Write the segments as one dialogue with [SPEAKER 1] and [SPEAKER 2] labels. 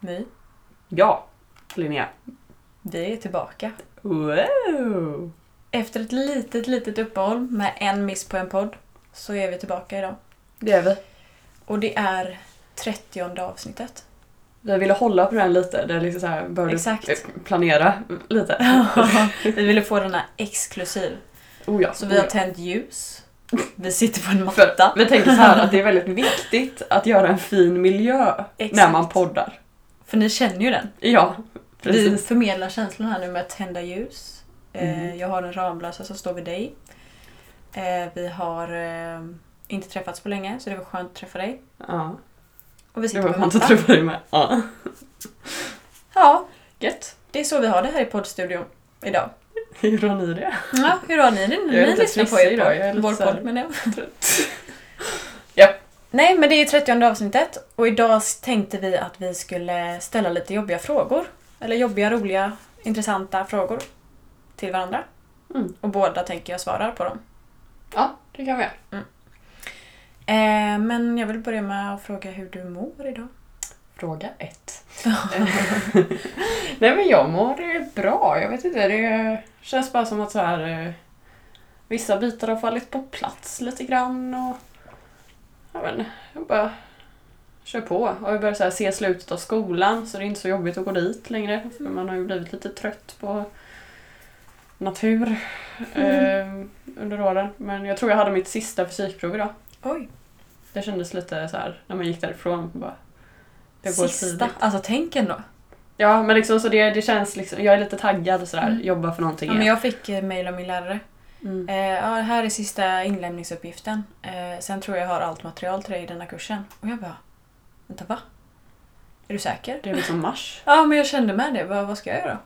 [SPEAKER 1] My,
[SPEAKER 2] Ja, Linnea.
[SPEAKER 1] vi är tillbaka.
[SPEAKER 2] Wow!
[SPEAKER 1] Efter ett litet, litet uppehåll med en miss på en podd så är vi tillbaka idag.
[SPEAKER 2] Det är vi.
[SPEAKER 1] Och det är 30 avsnittet.
[SPEAKER 2] Vi ville hålla på den lite. Det är liksom så här, behövde
[SPEAKER 1] Exakt.
[SPEAKER 2] eh, planera lite.
[SPEAKER 1] vi ville få den här exklusiv.
[SPEAKER 2] Oh ja,
[SPEAKER 1] Så
[SPEAKER 2] oh
[SPEAKER 1] vi har
[SPEAKER 2] ja.
[SPEAKER 1] tänt ljus. Vi sitter på en
[SPEAKER 2] För
[SPEAKER 1] matta.
[SPEAKER 2] vi tänker så här att det är väldigt viktigt att göra en fin miljö när
[SPEAKER 1] Exakt.
[SPEAKER 2] man poddar.
[SPEAKER 1] För ni känner ju den.
[SPEAKER 2] Ja,
[SPEAKER 1] Vi
[SPEAKER 2] precis.
[SPEAKER 1] förmedlar känslan här nu med att tända ljus. Eh,
[SPEAKER 2] Mm.
[SPEAKER 1] Jag har en Ramlösa som står vid dig. Eh, Vi har eh, inte träffats på länge så det var skönt att träffa dig.
[SPEAKER 2] Ja,
[SPEAKER 1] Och vi
[SPEAKER 2] det
[SPEAKER 1] sitter
[SPEAKER 2] var
[SPEAKER 1] på en
[SPEAKER 2] skönt att
[SPEAKER 1] matta.
[SPEAKER 2] träffa dig med. Ja.
[SPEAKER 1] Ja,
[SPEAKER 2] Gött.
[SPEAKER 1] det är så vi har det här i poddstudion idag.
[SPEAKER 2] Hur har ni det?
[SPEAKER 1] Ja, hur har ni det
[SPEAKER 2] Jag är
[SPEAKER 1] när ni
[SPEAKER 2] lite
[SPEAKER 1] lyssnar på
[SPEAKER 2] trist
[SPEAKER 1] er
[SPEAKER 2] idag, jag är
[SPEAKER 1] podd?
[SPEAKER 2] lite
[SPEAKER 1] Vår
[SPEAKER 2] så här-
[SPEAKER 1] podd menar jag.
[SPEAKER 2] Trött.
[SPEAKER 1] Nej, men det är 30 avsnittet och idag tänkte vi att vi skulle ställa lite jobbiga frågor. Eller jobbiga, roliga, intressanta frågor till varandra.
[SPEAKER 2] Mm.
[SPEAKER 1] Och båda tänker jag svarar på dem.
[SPEAKER 2] Ja, det kan vi göra.
[SPEAKER 1] Eh, men jag vill börja med att fråga hur du mår idag.
[SPEAKER 2] Fråga ett. Nej men jag mår eh, bra. Jag vet inte, det känns bara som att så här, eh, vissa bitar har fallit på plats lite grann. Och, jag, vet inte, jag bara kör på. Och jag börjar så här, se slutet av skolan så det är inte så jobbigt att gå dit längre. För man har ju blivit lite trött på natur eh, under åren. Men jag tror jag hade mitt sista fysikprov idag.
[SPEAKER 1] Oj,
[SPEAKER 2] Det kändes lite så här när man gick därifrån. Bara, det går
[SPEAKER 1] sista.
[SPEAKER 2] tidigt.
[SPEAKER 1] Alltså tänk ändå.
[SPEAKER 2] Ja, men liksom så det, det känns liksom, jag är lite taggad och sådär,
[SPEAKER 1] Mm.
[SPEAKER 2] jobba för någonting.
[SPEAKER 1] Ja, men jag fick eh, mejl av min lärare.
[SPEAKER 2] mm.
[SPEAKER 1] Eh, ja, här är sista inlämningsuppgiften. Eh, sen tror jag jag har allt material till dig i denna kursen. Och jag bara, vänta va? Är du säker?
[SPEAKER 2] Det är liksom mars.
[SPEAKER 1] Ja, men jag kände med det. Vad, vad ska jag göra?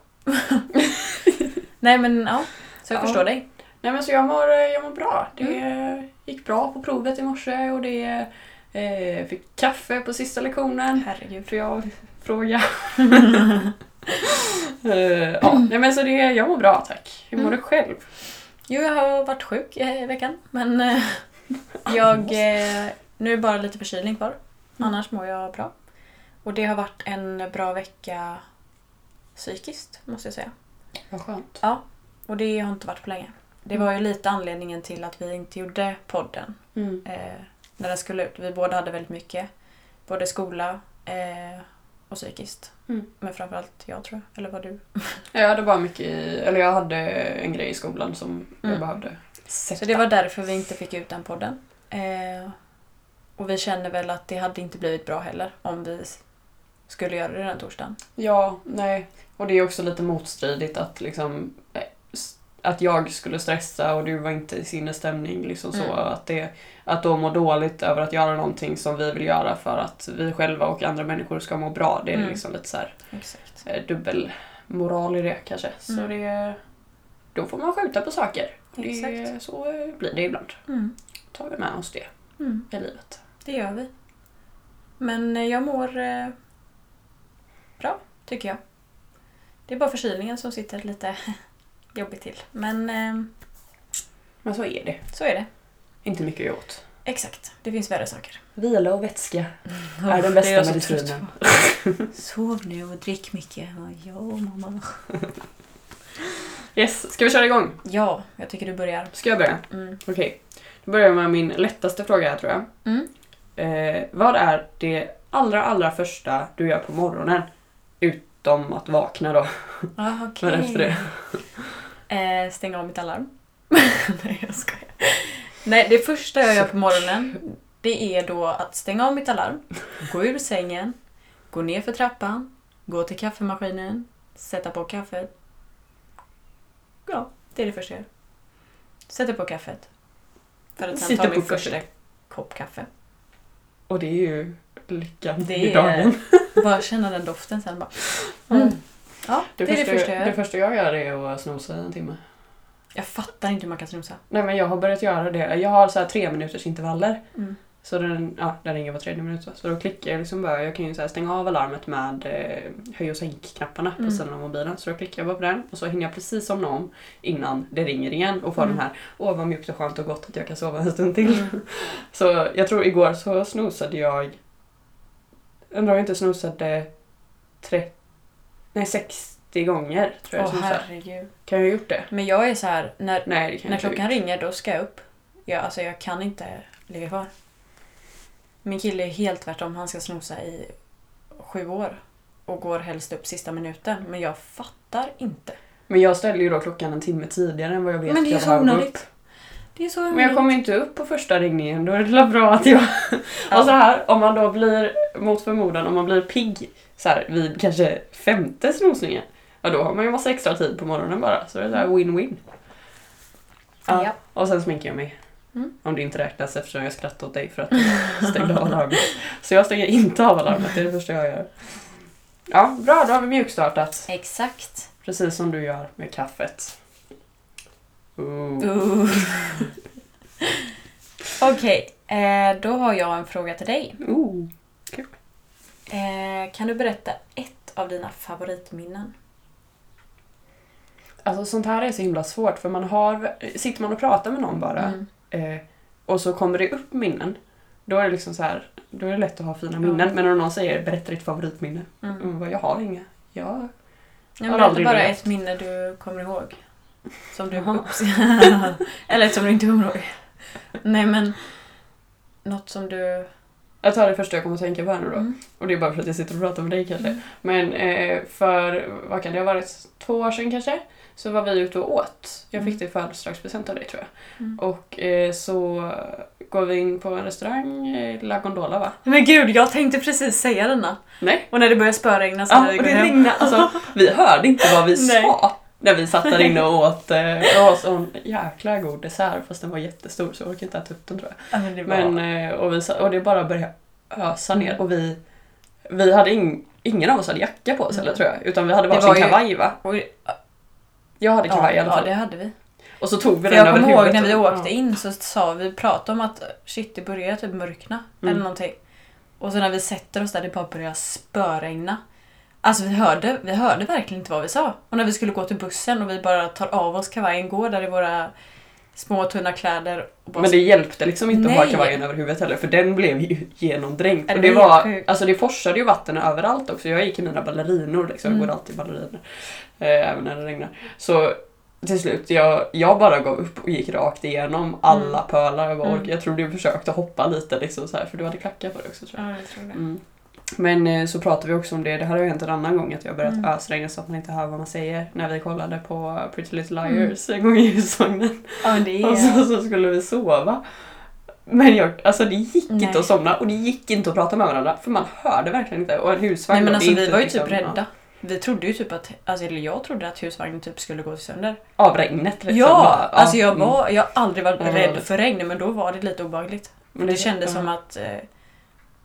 [SPEAKER 1] Nej, men ja. Så jag
[SPEAKER 2] Ja.
[SPEAKER 1] förstår dig.
[SPEAKER 2] Nej men så jag mår, eh, jag mår bra. Det
[SPEAKER 1] Mm.
[SPEAKER 2] gick bra på provet i morse och det eh, fick kaffe på sista lektionen.
[SPEAKER 1] Herregud.
[SPEAKER 2] Får jag fråga? Eh, ja, nej men så det, jag mår bra tack. Hur mår
[SPEAKER 1] Mm.
[SPEAKER 2] du själv?
[SPEAKER 1] Jo, jag har varit sjuk eh, i veckan. Men eh, jag... Eh, nu är bara lite förkylning kvar. Annars mår jag bra. Och det har varit en bra vecka psykiskt, måste jag säga.
[SPEAKER 2] Vad skönt.
[SPEAKER 1] Och det har inte varit på länge. Det var ju lite anledningen till att vi inte gjorde podden
[SPEAKER 2] Mm.
[SPEAKER 1] eh, när den skulle ut. Vi båda hade väldigt mycket. Både skola eh, och psykiskt.
[SPEAKER 2] Mm.
[SPEAKER 1] Men framförallt jag tror jag. Eller var du?
[SPEAKER 2] Jag hade bara mycket, i- eller jag hade en grej i skolan som jag
[SPEAKER 1] Mm.
[SPEAKER 2] behövde sätta.
[SPEAKER 1] Så det var därför vi inte fick ut den podden. Eh, och vi känner väl att det hade inte blivit bra heller om vi skulle göra det den torsdagen.
[SPEAKER 2] Ja, nej. Och det är också lite motstridigt att liksom eh, s- att jag skulle stressa och du var inte i sinnesstämning. Liksom så.
[SPEAKER 1] Mm.
[SPEAKER 2] Att, det, att då må dåligt över att göra någonting som vi vill göra för att vi själva och andra människor ska må bra. Det är
[SPEAKER 1] Mm.
[SPEAKER 2] liksom lite så här,
[SPEAKER 1] Exakt.
[SPEAKER 2] eh, dubbelmoral i det kanske. Så
[SPEAKER 1] Mm.
[SPEAKER 2] det, då får man skjuta på saker. Det,
[SPEAKER 1] Exakt.
[SPEAKER 2] så eh, blir det ibland.
[SPEAKER 1] Mm.
[SPEAKER 2] Tar vi med oss det
[SPEAKER 1] Mm.
[SPEAKER 2] i livet.
[SPEAKER 1] Det gör vi. Men eh, jag mår eh, bra, tycker jag. Det är bara förkylningen som sitter lite jobbigt till. Men eh,
[SPEAKER 2] Men så är det.
[SPEAKER 1] så är det.
[SPEAKER 2] Inte mycket att göra åt.
[SPEAKER 1] Exakt. Det finns värre saker.
[SPEAKER 2] Vila och vätska är den
[SPEAKER 1] Det är
[SPEAKER 2] bästa
[SPEAKER 1] jag så
[SPEAKER 2] medicinen.
[SPEAKER 1] Sov nu och drick mycket. Ja, mamma.
[SPEAKER 2] Yes, ska vi köra igång?
[SPEAKER 1] Ja, jag tycker du börjar.
[SPEAKER 2] Ska jag börja?
[SPEAKER 1] Mm.
[SPEAKER 2] Okej. Då börjar jag med min lättaste fråga här tror jag.
[SPEAKER 1] Mm.
[SPEAKER 2] Eh, vad är det allra, allra första du gör på morgonen? Utom att vakna då.
[SPEAKER 1] Ah,
[SPEAKER 2] Men efter det.
[SPEAKER 1] Eh, stänga av mitt alarm. Nej, jag skojar. Nej, det första jag gör på morgonen det är då att stänga av mitt alarm, gå ur sängen, gå ner för trappan, gå till kaffemaskinen, sätta på kaffet. Ja, det är det första jag gör. Sätta på kaffet. För att sen
[SPEAKER 2] Sitta
[SPEAKER 1] ta
[SPEAKER 2] på
[SPEAKER 1] min
[SPEAKER 2] kaffet.
[SPEAKER 1] första kopp kaffe.
[SPEAKER 2] Och det är ju lyckan
[SPEAKER 1] Det
[SPEAKER 2] i
[SPEAKER 1] är-
[SPEAKER 2] dagen.
[SPEAKER 1] Bara känna den doften sen bara. Mm. Ja, det,
[SPEAKER 2] Det,
[SPEAKER 1] är det första jag
[SPEAKER 2] det
[SPEAKER 1] gör.
[SPEAKER 2] första jag gör är att snosa en timme.
[SPEAKER 1] Jag fattar inte hur man kan snosa.
[SPEAKER 2] Nej men jag har börjat göra det. Jag har så här tre minuters intervaller.
[SPEAKER 1] Mm.
[SPEAKER 2] Så den, ja, den ringer var tredje minut. va? Så då klickar jag liksom bara. Jag kan ju så här stänga av alarmet med eh, höj och sänkknapparna på
[SPEAKER 1] Mm.
[SPEAKER 2] sidan av mobilen. Så då klickar jag bara på den och så hinner jag precis somna om innan det ringer igen och får
[SPEAKER 1] Mm.
[SPEAKER 2] den här Åh vad mjukt och skönt och gott att jag kan sova en stund till.
[SPEAKER 1] Mm.
[SPEAKER 2] Så jag tror igår så snosade jag... Undrar om jag inte snosade tre, nej, 60 gånger tror jag.
[SPEAKER 1] Åh
[SPEAKER 2] som så här.
[SPEAKER 1] herregud.
[SPEAKER 2] Kan jag ha gjort det?
[SPEAKER 1] Men jag är så här, när,
[SPEAKER 2] Nej, det kan
[SPEAKER 1] när
[SPEAKER 2] jag inte. ha
[SPEAKER 1] klockan
[SPEAKER 2] gjort.
[SPEAKER 1] ringer då ska jag upp. Jag, alltså jag kan inte ligga kvar. Min kille är helt tvärtom. Han ska snosa i sju år. Och går helst upp sista minuten. Men jag fattar inte.
[SPEAKER 2] Men jag ställde ju då klockan en timme tidigare än vad jag vet
[SPEAKER 1] Men det är
[SPEAKER 2] jag
[SPEAKER 1] så
[SPEAKER 2] behöver gå
[SPEAKER 1] onödigt.
[SPEAKER 2] upp.
[SPEAKER 1] Det är så
[SPEAKER 2] Men jag kommer ju inte upp på första ringningen, då är det väl bra att jag... Och så här, om man då blir, mot förmodan, om man blir pigg så här, vid kanske femte snosningen, ja då har man ju massa extra tid på morgonen bara, så det är så här win-win. Ja.
[SPEAKER 1] Ja.
[SPEAKER 2] Och sen sminkar jag mig.
[SPEAKER 1] Mm.
[SPEAKER 2] Om det inte räknas eftersom jag skrattade åt dig för att jag stängde av alarmet. Så jag stänger inte av alarmet, det är det första jag gör. Ja, bra, då har vi mjukstartat.
[SPEAKER 1] Exakt.
[SPEAKER 2] Precis som du gör med kaffet. Ooh.
[SPEAKER 1] Uh. Okej, eh, då har jag en fråga till dig.
[SPEAKER 2] Ooh.
[SPEAKER 1] Eh, kan du berätta ett av dina favoritminnen?
[SPEAKER 2] Alltså sånt här är så himla svårt för man har, sitter man och pratar med någon bara
[SPEAKER 1] Mm.
[SPEAKER 2] eh, och så kommer det upp minnen. Då är det liksom så här, då är det lätt att ha fina
[SPEAKER 1] Ja.
[SPEAKER 2] minnen. Men om någon säger berätta ditt favoritminne.
[SPEAKER 1] Mm.
[SPEAKER 2] Mm. bara, Jag har inga. Jag...
[SPEAKER 1] Jag
[SPEAKER 2] Har
[SPEAKER 1] berätta
[SPEAKER 2] aldrig
[SPEAKER 1] bara
[SPEAKER 2] levt.
[SPEAKER 1] ett minne du kommer ihåg. Som du
[SPEAKER 2] Jaha.
[SPEAKER 1] upps- Eller som du inte kommer ihåg. Nej men, något som du...
[SPEAKER 2] jag tar det första jag kommer att tänka på här nu då.
[SPEAKER 1] Mm.
[SPEAKER 2] Och det är bara för att jag sitter och pratar med dig kanske. Men eh, för, vad kan det ha varit, två år sedan kanske? Så var vi ute och åt. Jag fick det i födelsedagspresent av dig tror jag.
[SPEAKER 1] Mm.
[SPEAKER 2] Och eh, så går vi in på en restaurang, eh, La Gondola va?
[SPEAKER 1] Men gud, jag tänkte precis säga denna.
[SPEAKER 2] Nej.
[SPEAKER 1] Och när det började spöregna så
[SPEAKER 2] Ja,
[SPEAKER 1] när vi
[SPEAKER 2] och
[SPEAKER 1] går
[SPEAKER 2] det
[SPEAKER 1] hem.
[SPEAKER 2] ringde. Alltså, vi hörde inte vad vi
[SPEAKER 1] Nej.
[SPEAKER 2] sa när vi satt där inne och åt. Eh, det var sån jäkla god dessert fast den var jättestor så jag orkade inte äta upp den tror jag.
[SPEAKER 1] Ja, men det var...
[SPEAKER 2] Men, eh, och, vi, sa- och det bara började ösa ner och vi, vi hade ing, ingen av oss hade jacka på oss eller tror jag utan vi hade
[SPEAKER 1] Det
[SPEAKER 2] varsin
[SPEAKER 1] var ju-
[SPEAKER 2] kavaj va?
[SPEAKER 1] och,
[SPEAKER 2] Jag hade
[SPEAKER 1] ja,
[SPEAKER 2] kavaj i alla
[SPEAKER 1] ja,
[SPEAKER 2] fall.
[SPEAKER 1] det hade vi.
[SPEAKER 2] Och så tog vi
[SPEAKER 1] För
[SPEAKER 2] den
[SPEAKER 1] jag
[SPEAKER 2] över
[SPEAKER 1] kommer ihåg
[SPEAKER 2] huvudet. typ.
[SPEAKER 1] när vi
[SPEAKER 2] Ja.
[SPEAKER 1] åkte in så sa vi, pratade om att shit det börjar typ mörkna
[SPEAKER 2] Mm.
[SPEAKER 1] eller någonting. Och så när vi sätter oss där det bara börjar spöregna. Alltså vi hörde, vi hörde verkligen inte vad vi sa. Och när vi skulle gå till bussen och vi bara tar av oss kavajen, går där i våra små tunna kläder och bara
[SPEAKER 2] Men det hjälpte liksom inte att
[SPEAKER 1] Nej.
[SPEAKER 2] ha kavajen över huvudet heller för den blev ju genomdränkt.
[SPEAKER 1] Ja,
[SPEAKER 2] Och
[SPEAKER 1] det
[SPEAKER 2] det,
[SPEAKER 1] var helt
[SPEAKER 2] var,
[SPEAKER 1] sjukt.
[SPEAKER 2] alltså det forsade ju vatten överallt också. Jag gick i mina ballerinor, liksom.
[SPEAKER 1] Mm.
[SPEAKER 2] jag går alltid i balleriner. Eh, även när det regnar. Så till slut, jag, jag bara gav upp och gick rakt igenom alla pölar. Jag, bara,
[SPEAKER 1] Mm.
[SPEAKER 2] orkade- jag tror du försökte hoppa lite liksom så här, för du hade klackar på dig också tror jag.
[SPEAKER 1] Ja, jag tror det.
[SPEAKER 2] Mm. Men eh, så pratade vi också om det, det här har ju hänt en annan gång att jag börjat
[SPEAKER 1] Mm.
[SPEAKER 2] ösregna så att man inte hör vad man säger. När vi kollade på Pretty Little
[SPEAKER 1] Mm.
[SPEAKER 2] Liars en gång i husvagnen.
[SPEAKER 1] Ja, men det är...
[SPEAKER 2] Och Alltså, så, så skulle vi sova. Men jag, alltså det gick
[SPEAKER 1] Nej.
[SPEAKER 2] inte att somna och det gick inte att prata med varandra för man hörde verkligen inte. Och en
[SPEAKER 1] Nej
[SPEAKER 2] husvagn
[SPEAKER 1] men
[SPEAKER 2] då, det
[SPEAKER 1] alltså
[SPEAKER 2] är
[SPEAKER 1] vi
[SPEAKER 2] inte
[SPEAKER 1] var ju
[SPEAKER 2] liksom,
[SPEAKER 1] typ rädda. Vi trodde ju typ att, alltså, eller jag trodde att husvagnen typ skulle gå sönder.
[SPEAKER 2] Ja, av regnet. liksom,
[SPEAKER 1] ja!
[SPEAKER 2] bara,
[SPEAKER 1] alltså jag
[SPEAKER 2] mm.
[SPEAKER 1] var, jag har aldrig varit
[SPEAKER 2] Ja, det var
[SPEAKER 1] rädd
[SPEAKER 2] det.
[SPEAKER 1] för regn men då var det lite obehagligt.
[SPEAKER 2] Men
[SPEAKER 1] det kändes
[SPEAKER 2] ja.
[SPEAKER 1] som att eh,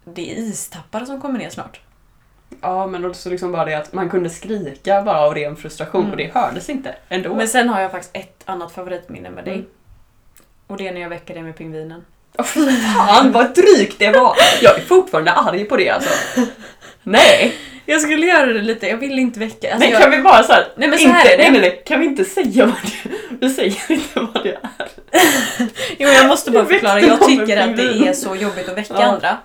[SPEAKER 1] det är istappar som kommer ner snart.
[SPEAKER 2] Ja men också liksom bara det att man kunde skrika bara av ren frustration
[SPEAKER 1] Mm.
[SPEAKER 2] och det hördes inte ändå.
[SPEAKER 1] Men sen har jag faktiskt ett annat favoritminne med dig.
[SPEAKER 2] Mm.
[SPEAKER 1] Och det är när jag väcker dig med pingvinen.
[SPEAKER 2] Åh, fy fan vad drygt det var! Jag är fortfarande arg på det alltså. Nej!
[SPEAKER 1] Jag skulle göra det lite, jag ville inte väcka. Alltså,
[SPEAKER 2] nej
[SPEAKER 1] jag,
[SPEAKER 2] kan vi bara såhär,
[SPEAKER 1] Nej, men så
[SPEAKER 2] inte,
[SPEAKER 1] här är det.
[SPEAKER 2] nej, nej, nej, kan vi inte säga vad det Vi säger inte vad det är.
[SPEAKER 1] jo, jag måste bara
[SPEAKER 2] Jag väckte
[SPEAKER 1] förklara, jag
[SPEAKER 2] någon med
[SPEAKER 1] tycker att det
[SPEAKER 2] pingvin.
[SPEAKER 1] är så jobbigt att väcka
[SPEAKER 2] Ja.
[SPEAKER 1] andra.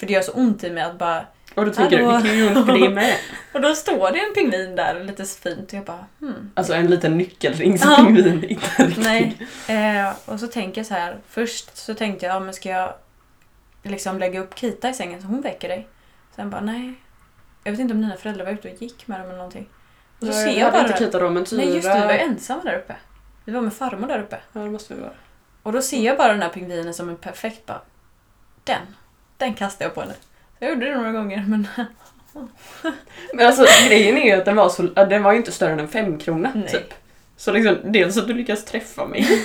[SPEAKER 1] För det gör så ont i mig att bara...
[SPEAKER 2] Och då tänker
[SPEAKER 1] Hallå.
[SPEAKER 2] du, det kan ju inte det med.
[SPEAKER 1] Och då står det en pingvin där lite fint och jag bara hmm.
[SPEAKER 2] Alltså en liten nyckelring som
[SPEAKER 1] Ja.
[SPEAKER 2] pingvin inte riktigt.
[SPEAKER 1] Nej. Eh, och så tänker jag så här. Först så tänkte jag, ja, men ska jag liksom lägga upp Kita i sängen så hon väcker dig? Sen bara, nej. Jag vet inte om dina föräldrar var ute och gick med dem eller någonting. Och så
[SPEAKER 2] Nej,
[SPEAKER 1] ser
[SPEAKER 2] vi
[SPEAKER 1] jag
[SPEAKER 2] hade
[SPEAKER 1] bara...
[SPEAKER 2] inte Kita då, men Tyra...
[SPEAKER 1] Nej just det, vi var ju ensamma där uppe. Vi var med farmor där uppe.
[SPEAKER 2] Ja, det måste vi vara.
[SPEAKER 1] Och då ser jag bara den här pingvinen som en perfekt bara... Den. Den kastar jag på henne. Jag gjorde det några gånger men...
[SPEAKER 2] Men alltså grejen är ju att den var, så, att den var ju inte större än en femkrona
[SPEAKER 1] Nej.
[SPEAKER 2] typ. Så liksom, dels att du lyckas träffa mig.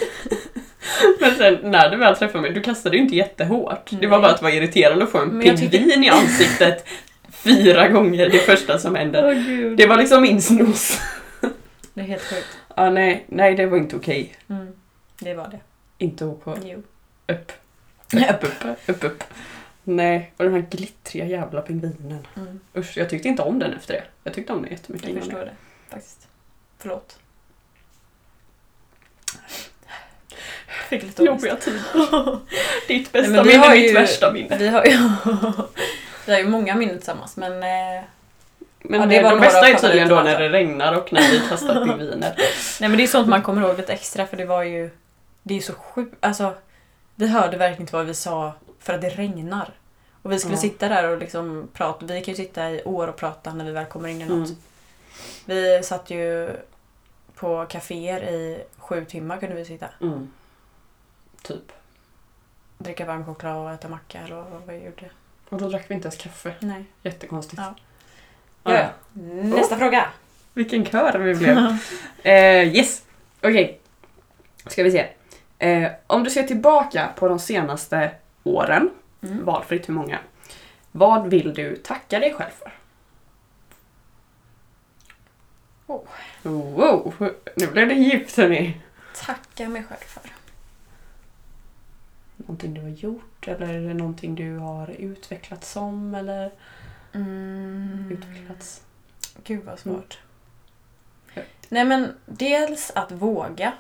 [SPEAKER 2] men sen när du väl träffade mig, du kastade ju inte jättehårt. Det var
[SPEAKER 1] Nej.
[SPEAKER 2] bara att det var irriterande att få en
[SPEAKER 1] Men jag
[SPEAKER 2] pingvin i ansiktet fyra gånger det första som hände.
[SPEAKER 1] oh, gud.
[SPEAKER 2] Det var liksom min snus.
[SPEAKER 1] Det är helt sjukt.
[SPEAKER 2] Ja, nej, nej, det var inte okej.
[SPEAKER 1] Mm. Det var det.
[SPEAKER 2] Inte OK.
[SPEAKER 1] Jo.
[SPEAKER 2] Upp. Upp, upp, upp, upp. Nej, och den här glittriga jävla pingvinen.
[SPEAKER 1] Mm.
[SPEAKER 2] Usch, jag tyckte inte om den efter det. Jag tyckte om den jättemycket
[SPEAKER 1] Jag
[SPEAKER 2] innan det.
[SPEAKER 1] förstår det faktiskt. Förlåt. Fick lite ångest.
[SPEAKER 2] Jobbiga tider. Ditt
[SPEAKER 1] Nej,
[SPEAKER 2] bästa
[SPEAKER 1] men vi
[SPEAKER 2] minne,
[SPEAKER 1] har
[SPEAKER 2] mitt
[SPEAKER 1] ju-
[SPEAKER 2] värsta minne.
[SPEAKER 1] Vi har ju, vi har ju många minnen tillsammans men eh,
[SPEAKER 2] Men
[SPEAKER 1] Ja, det
[SPEAKER 2] eh,
[SPEAKER 1] var
[SPEAKER 2] de
[SPEAKER 1] några
[SPEAKER 2] bästa är
[SPEAKER 1] av
[SPEAKER 2] tydligen då när
[SPEAKER 1] favoriterna.
[SPEAKER 2] det regnar och när vi kastar pingviner.
[SPEAKER 1] Nej men det är sånt man kommer ihåg lite extra för det var ju... Det är så sjukt. Alltså, vi hörde verkligen inte vad vi sa för att det regnar. Och vi skulle
[SPEAKER 2] Ja.
[SPEAKER 1] sitta där och liksom prata. Vi kan ju sitta i år och prata när vi väl kommer in i något.
[SPEAKER 2] Mm.
[SPEAKER 1] Vi satt ju på kaféer i sju timmar kunde vi sitta.
[SPEAKER 2] Mm. Typ.
[SPEAKER 1] Dricka varm choklad och äta macka eller vad vi gjorde.
[SPEAKER 2] Och då drack vi inte ens kaffe.
[SPEAKER 1] Nej.
[SPEAKER 2] Jättekonstigt.
[SPEAKER 1] Ja.
[SPEAKER 2] Ah, ja.
[SPEAKER 1] Nästa fråga!
[SPEAKER 2] Vilken kör vi blev. Eh, yes! Okej. Ska vi se. Eh, om du ser tillbaka på de senaste åren,
[SPEAKER 1] Mm.
[SPEAKER 2] valfritt hur många, vad vill du tacka dig själv för?
[SPEAKER 1] Oh.
[SPEAKER 2] Wow, nu blev det djupt hörni.
[SPEAKER 1] Tacka mig själv för.
[SPEAKER 2] Någonting du har gjort eller är det någonting du har utvecklats som eller
[SPEAKER 1] Mm.
[SPEAKER 2] utvecklats?
[SPEAKER 1] Gud vad svårt.
[SPEAKER 2] Mm.
[SPEAKER 1] Nej men dels att våga.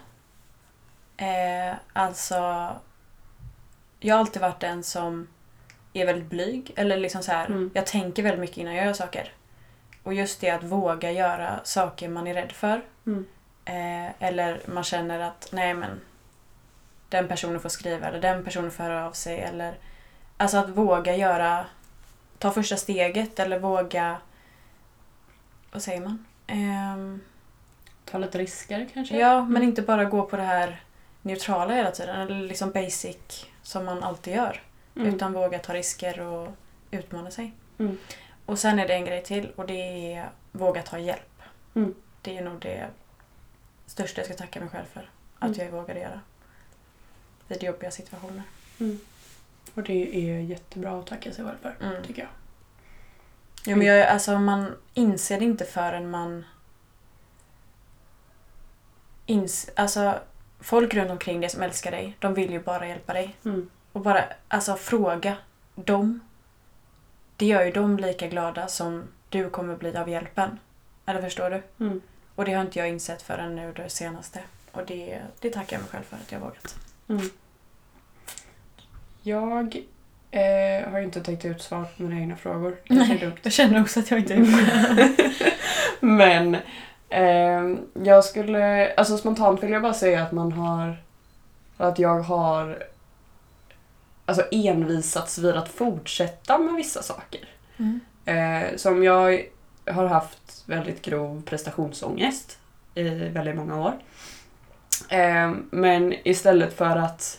[SPEAKER 1] Eh, alltså, jag har alltid varit en som är väldigt blyg. Eller liksom så här,
[SPEAKER 2] Mm.
[SPEAKER 1] jag tänker väldigt mycket innan jag gör saker. Och just det att våga göra saker man är rädd för.
[SPEAKER 2] Mm.
[SPEAKER 1] Eh, eller man känner att nej men den personen får skriva eller den personen får höra av sig. Eller, alltså att våga göra, ta första steget eller våga, vad säger man? Ehm,
[SPEAKER 2] Ta lite risker kanske? Mm.
[SPEAKER 1] Ja, men inte bara gå på det här neutrala hela tiden, eller liksom basic som man alltid gör.
[SPEAKER 2] Mm.
[SPEAKER 1] Utan våga ta risker och utmana sig.
[SPEAKER 2] Mm.
[SPEAKER 1] Och sen är det en grej till och det är våga ta hjälp.
[SPEAKER 2] Mm.
[SPEAKER 1] Det är nog det största jag ska tacka mig själv för.
[SPEAKER 2] Mm.
[SPEAKER 1] Att jag vågade göra. Vid jobbiga situationer.
[SPEAKER 2] Och det är jättebra att tacka sig själv för,
[SPEAKER 1] Mm.
[SPEAKER 2] tycker jag.
[SPEAKER 1] Jo, men jag, alltså, man inser det inte förrän man... Ins, alltså, folk runt omkring dig som älskar dig, de vill ju bara hjälpa dig.
[SPEAKER 2] Mm.
[SPEAKER 1] Och bara alltså, fråga dem. Det gör ju dem lika glada som du kommer bli av hjälpen. Eller förstår du?
[SPEAKER 2] Mm.
[SPEAKER 1] Och det har inte jag insett förrän nu det senaste. Och det, det tackar jag mig själv för att jag vågat.
[SPEAKER 2] Mm. Jag eh, har ju inte tänkt ut svar på mina egna frågor. Det är dumt.
[SPEAKER 1] jag känner också att jag inte är
[SPEAKER 2] Men ehm, jag skulle, alltså spontant vill jag bara säga att man har, att jag har alltså envisats vid att fortsätta med vissa saker.
[SPEAKER 1] mm.
[SPEAKER 2] Eh, som jag har haft väldigt grov prestationsångest i väldigt många år. Eh, men istället för att...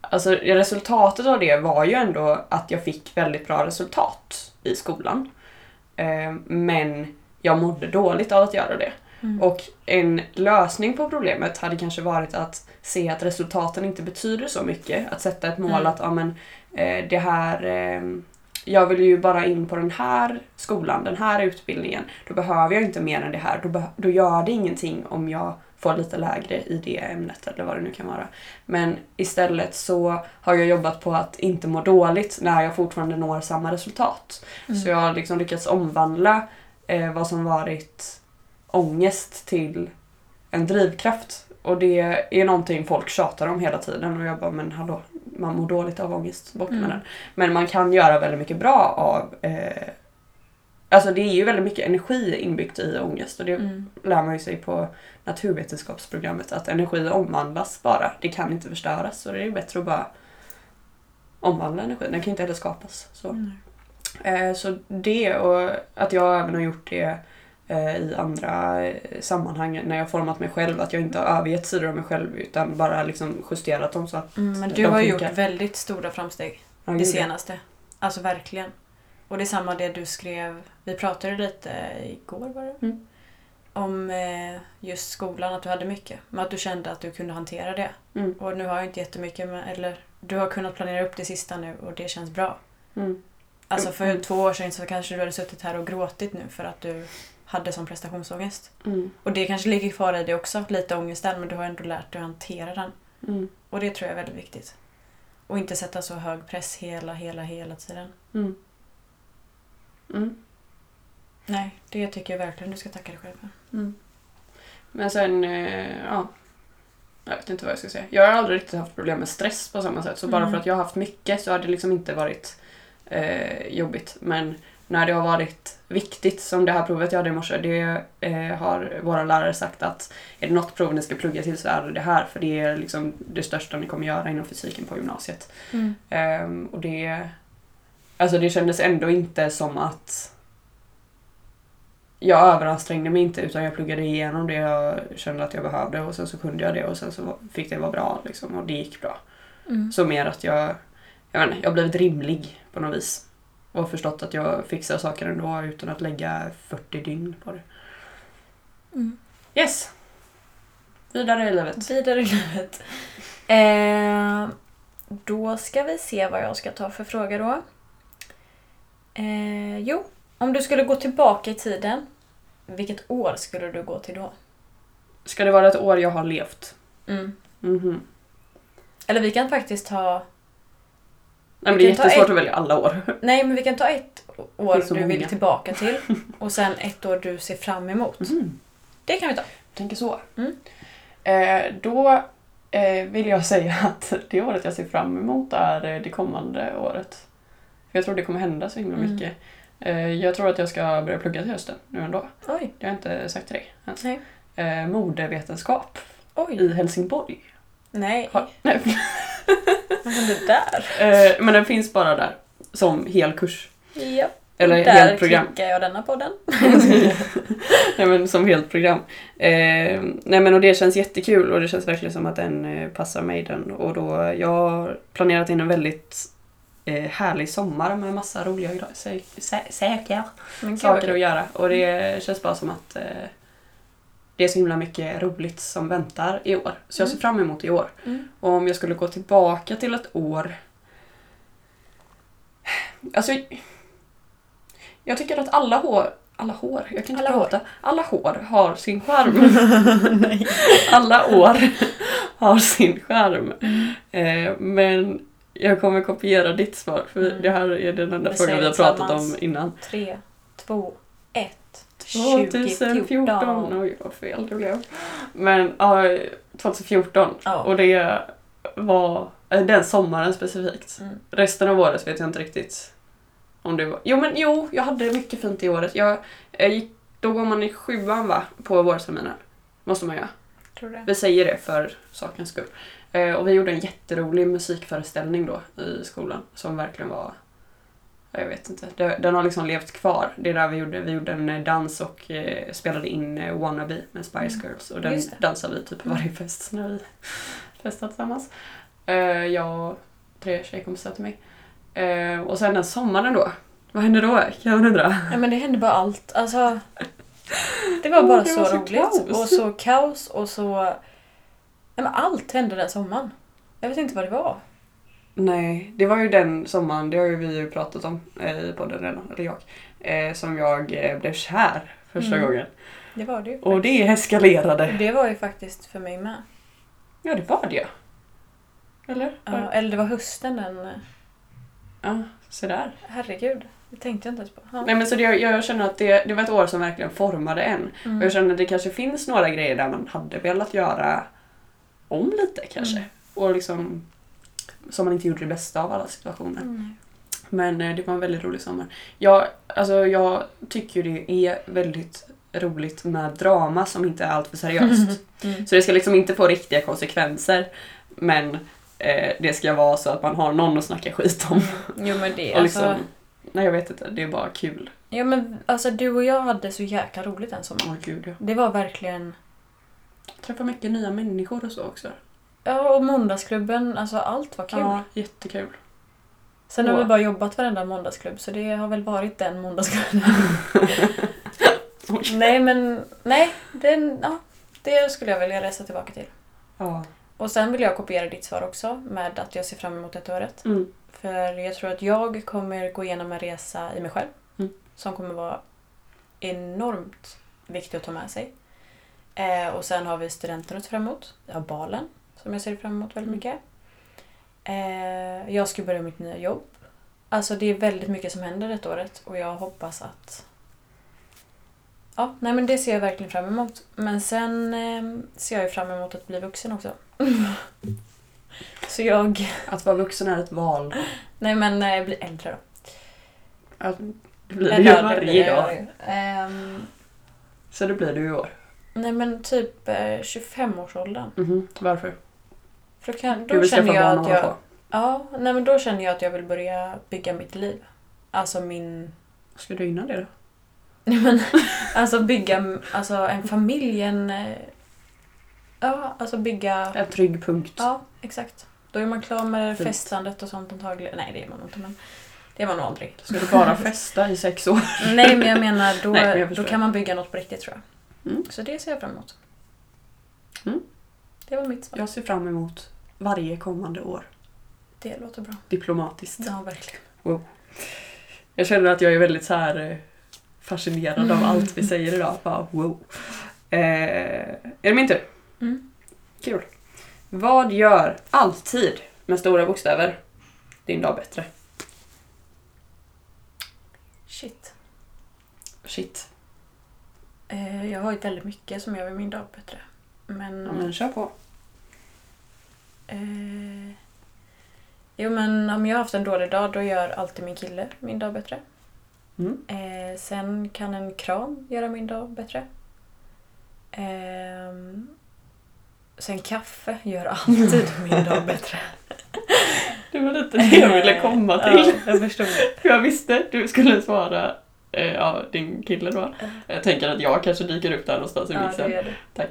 [SPEAKER 2] Alltså resultatet av det var ju ändå att jag fick väldigt bra resultat i skolan. Eh, men jag mådde dåligt av att göra det.
[SPEAKER 1] Mm.
[SPEAKER 2] Och en lösning på problemet hade kanske varit att se att resultaten inte betyder så mycket. Att sätta ett mål
[SPEAKER 1] Mm.
[SPEAKER 2] att ja, men, eh, det här, eh, jag vill ju bara in på den här skolan, den här utbildningen. Då behöver jag inte mer än det här. Då, beh- då gör det ingenting om jag får lite lägre i det ämnet eller vad det nu kan vara. Men istället så har jag jobbat på att inte må dåligt när jag fortfarande når samma resultat.
[SPEAKER 1] Mm.
[SPEAKER 2] Så jag har liksom lyckats omvandla eh, vad som varit ångest till en drivkraft. Och det är någonting folk tjatar om hela tiden och jag bara men hallå, man mår dåligt av ångest, bort med
[SPEAKER 1] Mm.
[SPEAKER 2] den. Men man kan göra väldigt mycket bra av eh, Alltså det är ju väldigt mycket energi inbyggt i ångest och det
[SPEAKER 1] Mm.
[SPEAKER 2] lär man ju sig på naturvetenskapsprogrammet att energi omvandlas bara. Det kan inte förstöras så det är bättre att bara omvandla energi. Den kan ju inte heller skapas. Så.
[SPEAKER 1] Mm.
[SPEAKER 2] Eh, Så det och att jag även har gjort det eh, i andra eh, sammanhang när jag format mig själv. Att jag inte har övergett sidor av mig själv utan bara liksom justerat dem så att...
[SPEAKER 1] Mm, men
[SPEAKER 2] De
[SPEAKER 1] du har ju gjort
[SPEAKER 2] funkar.
[SPEAKER 1] väldigt stora framsteg.
[SPEAKER 2] Ja,
[SPEAKER 1] Det
[SPEAKER 2] gud, ja.
[SPEAKER 1] senaste. Alltså verkligen. Och det är samma det du skrev, vi pratade lite igår var det?
[SPEAKER 2] Mm.
[SPEAKER 1] Om eh, just skolan, att du hade mycket. Men att du kände att du kunde hantera det.
[SPEAKER 2] Mm,
[SPEAKER 1] Och nu har jag inte jättemycket, men, eller du har kunnat planera upp det sista nu och det känns bra.
[SPEAKER 2] mm,
[SPEAKER 1] Alltså för
[SPEAKER 2] Mm.
[SPEAKER 1] två år sedan så kanske du hade suttit här och gråtit nu för att du hade sån prestationsångest.
[SPEAKER 2] mm,
[SPEAKER 1] Och det kanske ligger kvar i dig också, lite ångest där, men du har ändå lärt dig att hantera den.
[SPEAKER 2] mm,
[SPEAKER 1] Och det tror jag är väldigt viktigt. Och inte sätta så hög press hela, hela, hela tiden.
[SPEAKER 2] mm. Mm.
[SPEAKER 1] Nej, det tycker jag verkligen du ska tacka dig själv för.
[SPEAKER 2] Men sen, eh, ja. Jag vet inte vad jag ska säga. Jag har aldrig riktigt haft problem med stress på samma sätt. Så bara
[SPEAKER 1] Mm.
[SPEAKER 2] för att jag har haft mycket så har det liksom inte varit eh, jobbigt. Men när det har varit viktigt, som det här provet jag hade i morse, det eh, har våra lärare sagt att är det något prov ni ska plugga till så är det det här, för det är liksom det största ni kommer göra inom fysiken på gymnasiet.
[SPEAKER 1] Mm.
[SPEAKER 2] Ehm, och det... Alltså det kändes ändå inte som att jag överansträngde mig inte utan jag pluggade igenom det jag kände att jag behövde och sen så kunde jag det och sen så fick det vara bra liksom och det gick bra.
[SPEAKER 1] Mm.
[SPEAKER 2] Så mer att jag, jag vet inte, jag har blivit rimlig på något vis. Och förstått att jag fixar saker ändå utan att lägga 40 dygn på det.
[SPEAKER 1] Mm.
[SPEAKER 2] Yes! Vidare i livet.
[SPEAKER 1] Vidare i livet. Eh, då ska vi se vad jag ska ta för fråga då. Eh, jo, om du skulle gå tillbaka i tiden, vilket år skulle du gå till då?
[SPEAKER 2] Ska det vara ett år jag har levt? Mhm.
[SPEAKER 1] Eller vi kan faktiskt ta...
[SPEAKER 2] Nej, men
[SPEAKER 1] Vi
[SPEAKER 2] det är
[SPEAKER 1] kan ta
[SPEAKER 2] jättesvårt
[SPEAKER 1] ett-
[SPEAKER 2] att välja alla år.
[SPEAKER 1] Nej, men vi kan ta ett
[SPEAKER 2] Det
[SPEAKER 1] år
[SPEAKER 2] är så
[SPEAKER 1] du vill
[SPEAKER 2] många.
[SPEAKER 1] tillbaka till och sen ett år du ser fram emot.
[SPEAKER 2] Mm.
[SPEAKER 1] Det kan vi ta.
[SPEAKER 2] tänker så.
[SPEAKER 1] Mm.
[SPEAKER 2] Eh, då eh, vill jag säga att det året jag ser fram emot är eh, det kommande året. För Jag tror det kommer hända så himla
[SPEAKER 1] Mm.
[SPEAKER 2] mycket. Eh, jag tror att jag ska börja plugga till hösten nu ändå.
[SPEAKER 1] Oj,
[SPEAKER 2] Det har jag inte sagt till dig ens.
[SPEAKER 1] Nej.
[SPEAKER 2] Eh, modevetenskap
[SPEAKER 1] oj,
[SPEAKER 2] i Helsingborg.
[SPEAKER 1] nej.
[SPEAKER 2] Har, nej,
[SPEAKER 1] Vad hände där?
[SPEAKER 2] eh, men den finns bara där. Som hel kurs.
[SPEAKER 1] Ja,
[SPEAKER 2] Eller
[SPEAKER 1] där
[SPEAKER 2] helt program.
[SPEAKER 1] klickar jag denna podden.
[SPEAKER 2] nej, men som helt program. Eh, nej, men och det känns jättekul och det känns verkligen som att den eh, passar mig den. Och då, jag har planerat in en väldigt eh, härlig sommar med massa roliga gra- sä- sä- säkra
[SPEAKER 1] Men
[SPEAKER 2] saker
[SPEAKER 1] kul.
[SPEAKER 2] att göra. Och det känns bara som att eh, det är så himla mycket roligt som väntar i år. Så jag ser
[SPEAKER 1] Mm.
[SPEAKER 2] fram emot i år.
[SPEAKER 1] Mm.
[SPEAKER 2] Och om jag skulle gå tillbaka till ett år... Alltså... Jag tycker att alla hår... Alla hår? Jag kan inte
[SPEAKER 1] Alla hår.
[SPEAKER 2] prata. Alla hår har sin charm. alla år har sin charm.
[SPEAKER 1] Mm.
[SPEAKER 2] Eh, men jag kommer kopiera ditt svar för
[SPEAKER 1] Mm.
[SPEAKER 2] det här är den enda
[SPEAKER 1] Vi
[SPEAKER 2] frågan
[SPEAKER 1] säger
[SPEAKER 2] vi har
[SPEAKER 1] det
[SPEAKER 2] pratat om
[SPEAKER 1] tillsammans.
[SPEAKER 2] innan.
[SPEAKER 1] 3, 2, 1.
[SPEAKER 2] 2014.
[SPEAKER 1] 2014.
[SPEAKER 2] Oj, vad fel det blev. Men ja, 2014.
[SPEAKER 1] Ja.
[SPEAKER 2] Och det var eh, den sommaren specifikt.
[SPEAKER 1] Mm.
[SPEAKER 2] Resten av året vet jag inte riktigt om det var... Jo, men jo, jag hade mycket fint i året. Jag, eh, gick, då går man i sjuan va, på vårterminen. Måste man göra.
[SPEAKER 1] Tror det.
[SPEAKER 2] Vi säger det för sakens skull. Eh, och vi gjorde en jätterolig musikföreställning då i skolan som verkligen var... ja, Jag vet inte. Det- Den har liksom levt kvar. Det är där vi gjorde. Vi gjorde en eh, dans och eh, spelade in eh, Wannabe med Spice
[SPEAKER 1] Mm.
[SPEAKER 2] Girls. Och den
[SPEAKER 1] Just det. Mm.
[SPEAKER 2] dansar vi typ på varje fest när vi festar tillsammans. Eh, jag och tre tjejkompisar till mig. Eh, och sen den sommaren då. Vad hände då kan man undra?
[SPEAKER 1] Ja, men det hände bara allt. Alltså, det var bara
[SPEAKER 2] Åh, det
[SPEAKER 1] så,
[SPEAKER 2] var så
[SPEAKER 1] roligt.
[SPEAKER 2] kaos.
[SPEAKER 1] Och så kaos och så... Ja, men allt hände den sommaren. Jag vet inte vad det var.
[SPEAKER 2] Nej, det var ju den sommaren, det har ju vi ju pratat om eh, i podden redan, eller jag, eh, som jag eh, blev kär första
[SPEAKER 1] Mm.
[SPEAKER 2] gången.
[SPEAKER 1] Det var det ju.
[SPEAKER 2] Och
[SPEAKER 1] faktiskt.
[SPEAKER 2] det eskalerade.
[SPEAKER 1] Och det var ju faktiskt för mig med.
[SPEAKER 2] Ja, det var det. Eller?
[SPEAKER 1] Ja, eller det var hösten den...
[SPEAKER 2] Ja, så där.
[SPEAKER 1] Herregud. Det tänkte jag inte ens på. Ja.
[SPEAKER 2] Nej men så det, jag känner att det, det var ett år som verkligen formade en. Och
[SPEAKER 1] Mm.
[SPEAKER 2] jag känner att det kanske finns några grejer där man hade velat göra om lite kanske.
[SPEAKER 1] Mm.
[SPEAKER 2] Och liksom, som man inte gjorde det bästa av alla situationer.
[SPEAKER 1] Mm.
[SPEAKER 2] Men eh, det var en väldigt rolig sommar. Jag, alltså, jag tycker ju det är väldigt roligt med drama som inte är alltför seriöst.
[SPEAKER 1] Mm.
[SPEAKER 2] så det ska liksom inte få riktiga konsekvenser. Men eh, det ska vara så att man har någon att snacka skit om.
[SPEAKER 1] Mm. Jo men det,
[SPEAKER 2] Och
[SPEAKER 1] alltså,
[SPEAKER 2] liksom, nej jag vet inte, det är bara kul.
[SPEAKER 1] ja, men, alltså du och jag hade så jäkla roligt den sommaren.
[SPEAKER 2] Åh gud, jag
[SPEAKER 1] Det var verkligen...
[SPEAKER 2] träffar mycket nya människor och så också.
[SPEAKER 1] Ja, och måndagsklubben, alltså allt var kul.
[SPEAKER 2] Ja, jättekul.
[SPEAKER 1] Sen har
[SPEAKER 2] Ja.
[SPEAKER 1] vi bara jobbat varenda måndagsklubb så det har väl varit den måndagsklubben. nej men, nej. Den, ja, det skulle jag vilja resa tillbaka till.
[SPEAKER 2] Ja.
[SPEAKER 1] Och sen vill jag kopiera ditt svar också med att jag ser fram emot ett året.
[SPEAKER 2] Mm.
[SPEAKER 1] För jag tror att jag kommer gå igenom en resa i mig själv
[SPEAKER 2] Mm.
[SPEAKER 1] som kommer vara enormt viktig att ta med sig. Eh, och sen har vi studenten att se fram emot. Jag har balen som jag ser fram emot väldigt
[SPEAKER 2] Mm.
[SPEAKER 1] mycket. Eh, jag ska börja mitt nya jobb. Alltså det är väldigt mycket som händer det året och jag hoppas att... Ja, nej men det ser jag verkligen fram emot. Men sen eh, ser jag ju fram emot att bli vuxen också. Så jag...
[SPEAKER 2] Att vara vuxen är ett val.
[SPEAKER 1] Nej men eh, bli äldre då.
[SPEAKER 2] Att Det blir det
[SPEAKER 1] En
[SPEAKER 2] ju
[SPEAKER 1] dag, det blir
[SPEAKER 2] varje
[SPEAKER 1] det
[SPEAKER 2] dag.
[SPEAKER 1] varje- Ehm,
[SPEAKER 2] Så det blir det ju i år.
[SPEAKER 1] nej men typ eh, 25-årsåldern.
[SPEAKER 2] Mhm, Varför?
[SPEAKER 1] För då, kan,
[SPEAKER 2] du
[SPEAKER 1] då
[SPEAKER 2] vill skaffa
[SPEAKER 1] känner
[SPEAKER 2] barn
[SPEAKER 1] jag
[SPEAKER 2] och
[SPEAKER 1] att
[SPEAKER 2] hålla
[SPEAKER 1] jag...
[SPEAKER 2] på.
[SPEAKER 1] Ja, nej men då känner jag att jag vill börja bygga mitt liv. Alltså min...
[SPEAKER 2] Ska du innan det då?
[SPEAKER 1] Nej men, alltså bygga alltså en familj, en... eh, Ja, alltså bygga...
[SPEAKER 2] En trygg punkt.
[SPEAKER 1] Ja, exakt. Då är man klar med
[SPEAKER 2] Fint.
[SPEAKER 1] festandet och sånt antagligen. Nej, det är man inte men... Det är man nog aldrig.
[SPEAKER 2] Ska du bara festa i sex år?
[SPEAKER 1] Nej men jag menar, då,
[SPEAKER 2] Nej, men
[SPEAKER 1] då
[SPEAKER 2] jag förstår.
[SPEAKER 1] kan man bygga något på riktigt tror jag.
[SPEAKER 2] Mm.
[SPEAKER 1] Så det ser jag fram emot.
[SPEAKER 2] Mm.
[SPEAKER 1] Det var mitt svar.
[SPEAKER 2] Jag ser fram emot varje kommande år.
[SPEAKER 1] Det låter bra.
[SPEAKER 2] Diplomatiskt.
[SPEAKER 1] Ja, verkligen.
[SPEAKER 2] Jag känner att jag är väldigt så här eh, fascinerad av
[SPEAKER 1] Mm.
[SPEAKER 2] allt vi säger idag. Bara, wow. Eh, är det min tur?
[SPEAKER 1] Mm.
[SPEAKER 2] Kul. Vad gör alltid med stora bokstäver din dag bättre?
[SPEAKER 1] Shit.
[SPEAKER 2] Shit.
[SPEAKER 1] Eh, Jag har ju väldigt mycket som gör min dag bättre. Men...
[SPEAKER 2] Ja, men kör på.
[SPEAKER 1] Eh, jo men om jag har haft en dålig dag då gör alltid min kille min dag bättre.
[SPEAKER 2] Mm.
[SPEAKER 1] Eh, sen kan en kram göra min dag bättre. Ehm, sen kaffe gör alltid min dag bättre.
[SPEAKER 2] Det var lite det jag ville komma
[SPEAKER 1] Eh,
[SPEAKER 2] till. Alltså,
[SPEAKER 1] Ja, jag förstod.
[SPEAKER 2] För jag visste du skulle svara eh, ja, din kille då. Jag tänker att jag kanske dyker upp där någonstans i
[SPEAKER 1] Ja, det
[SPEAKER 2] mixen.
[SPEAKER 1] gör det.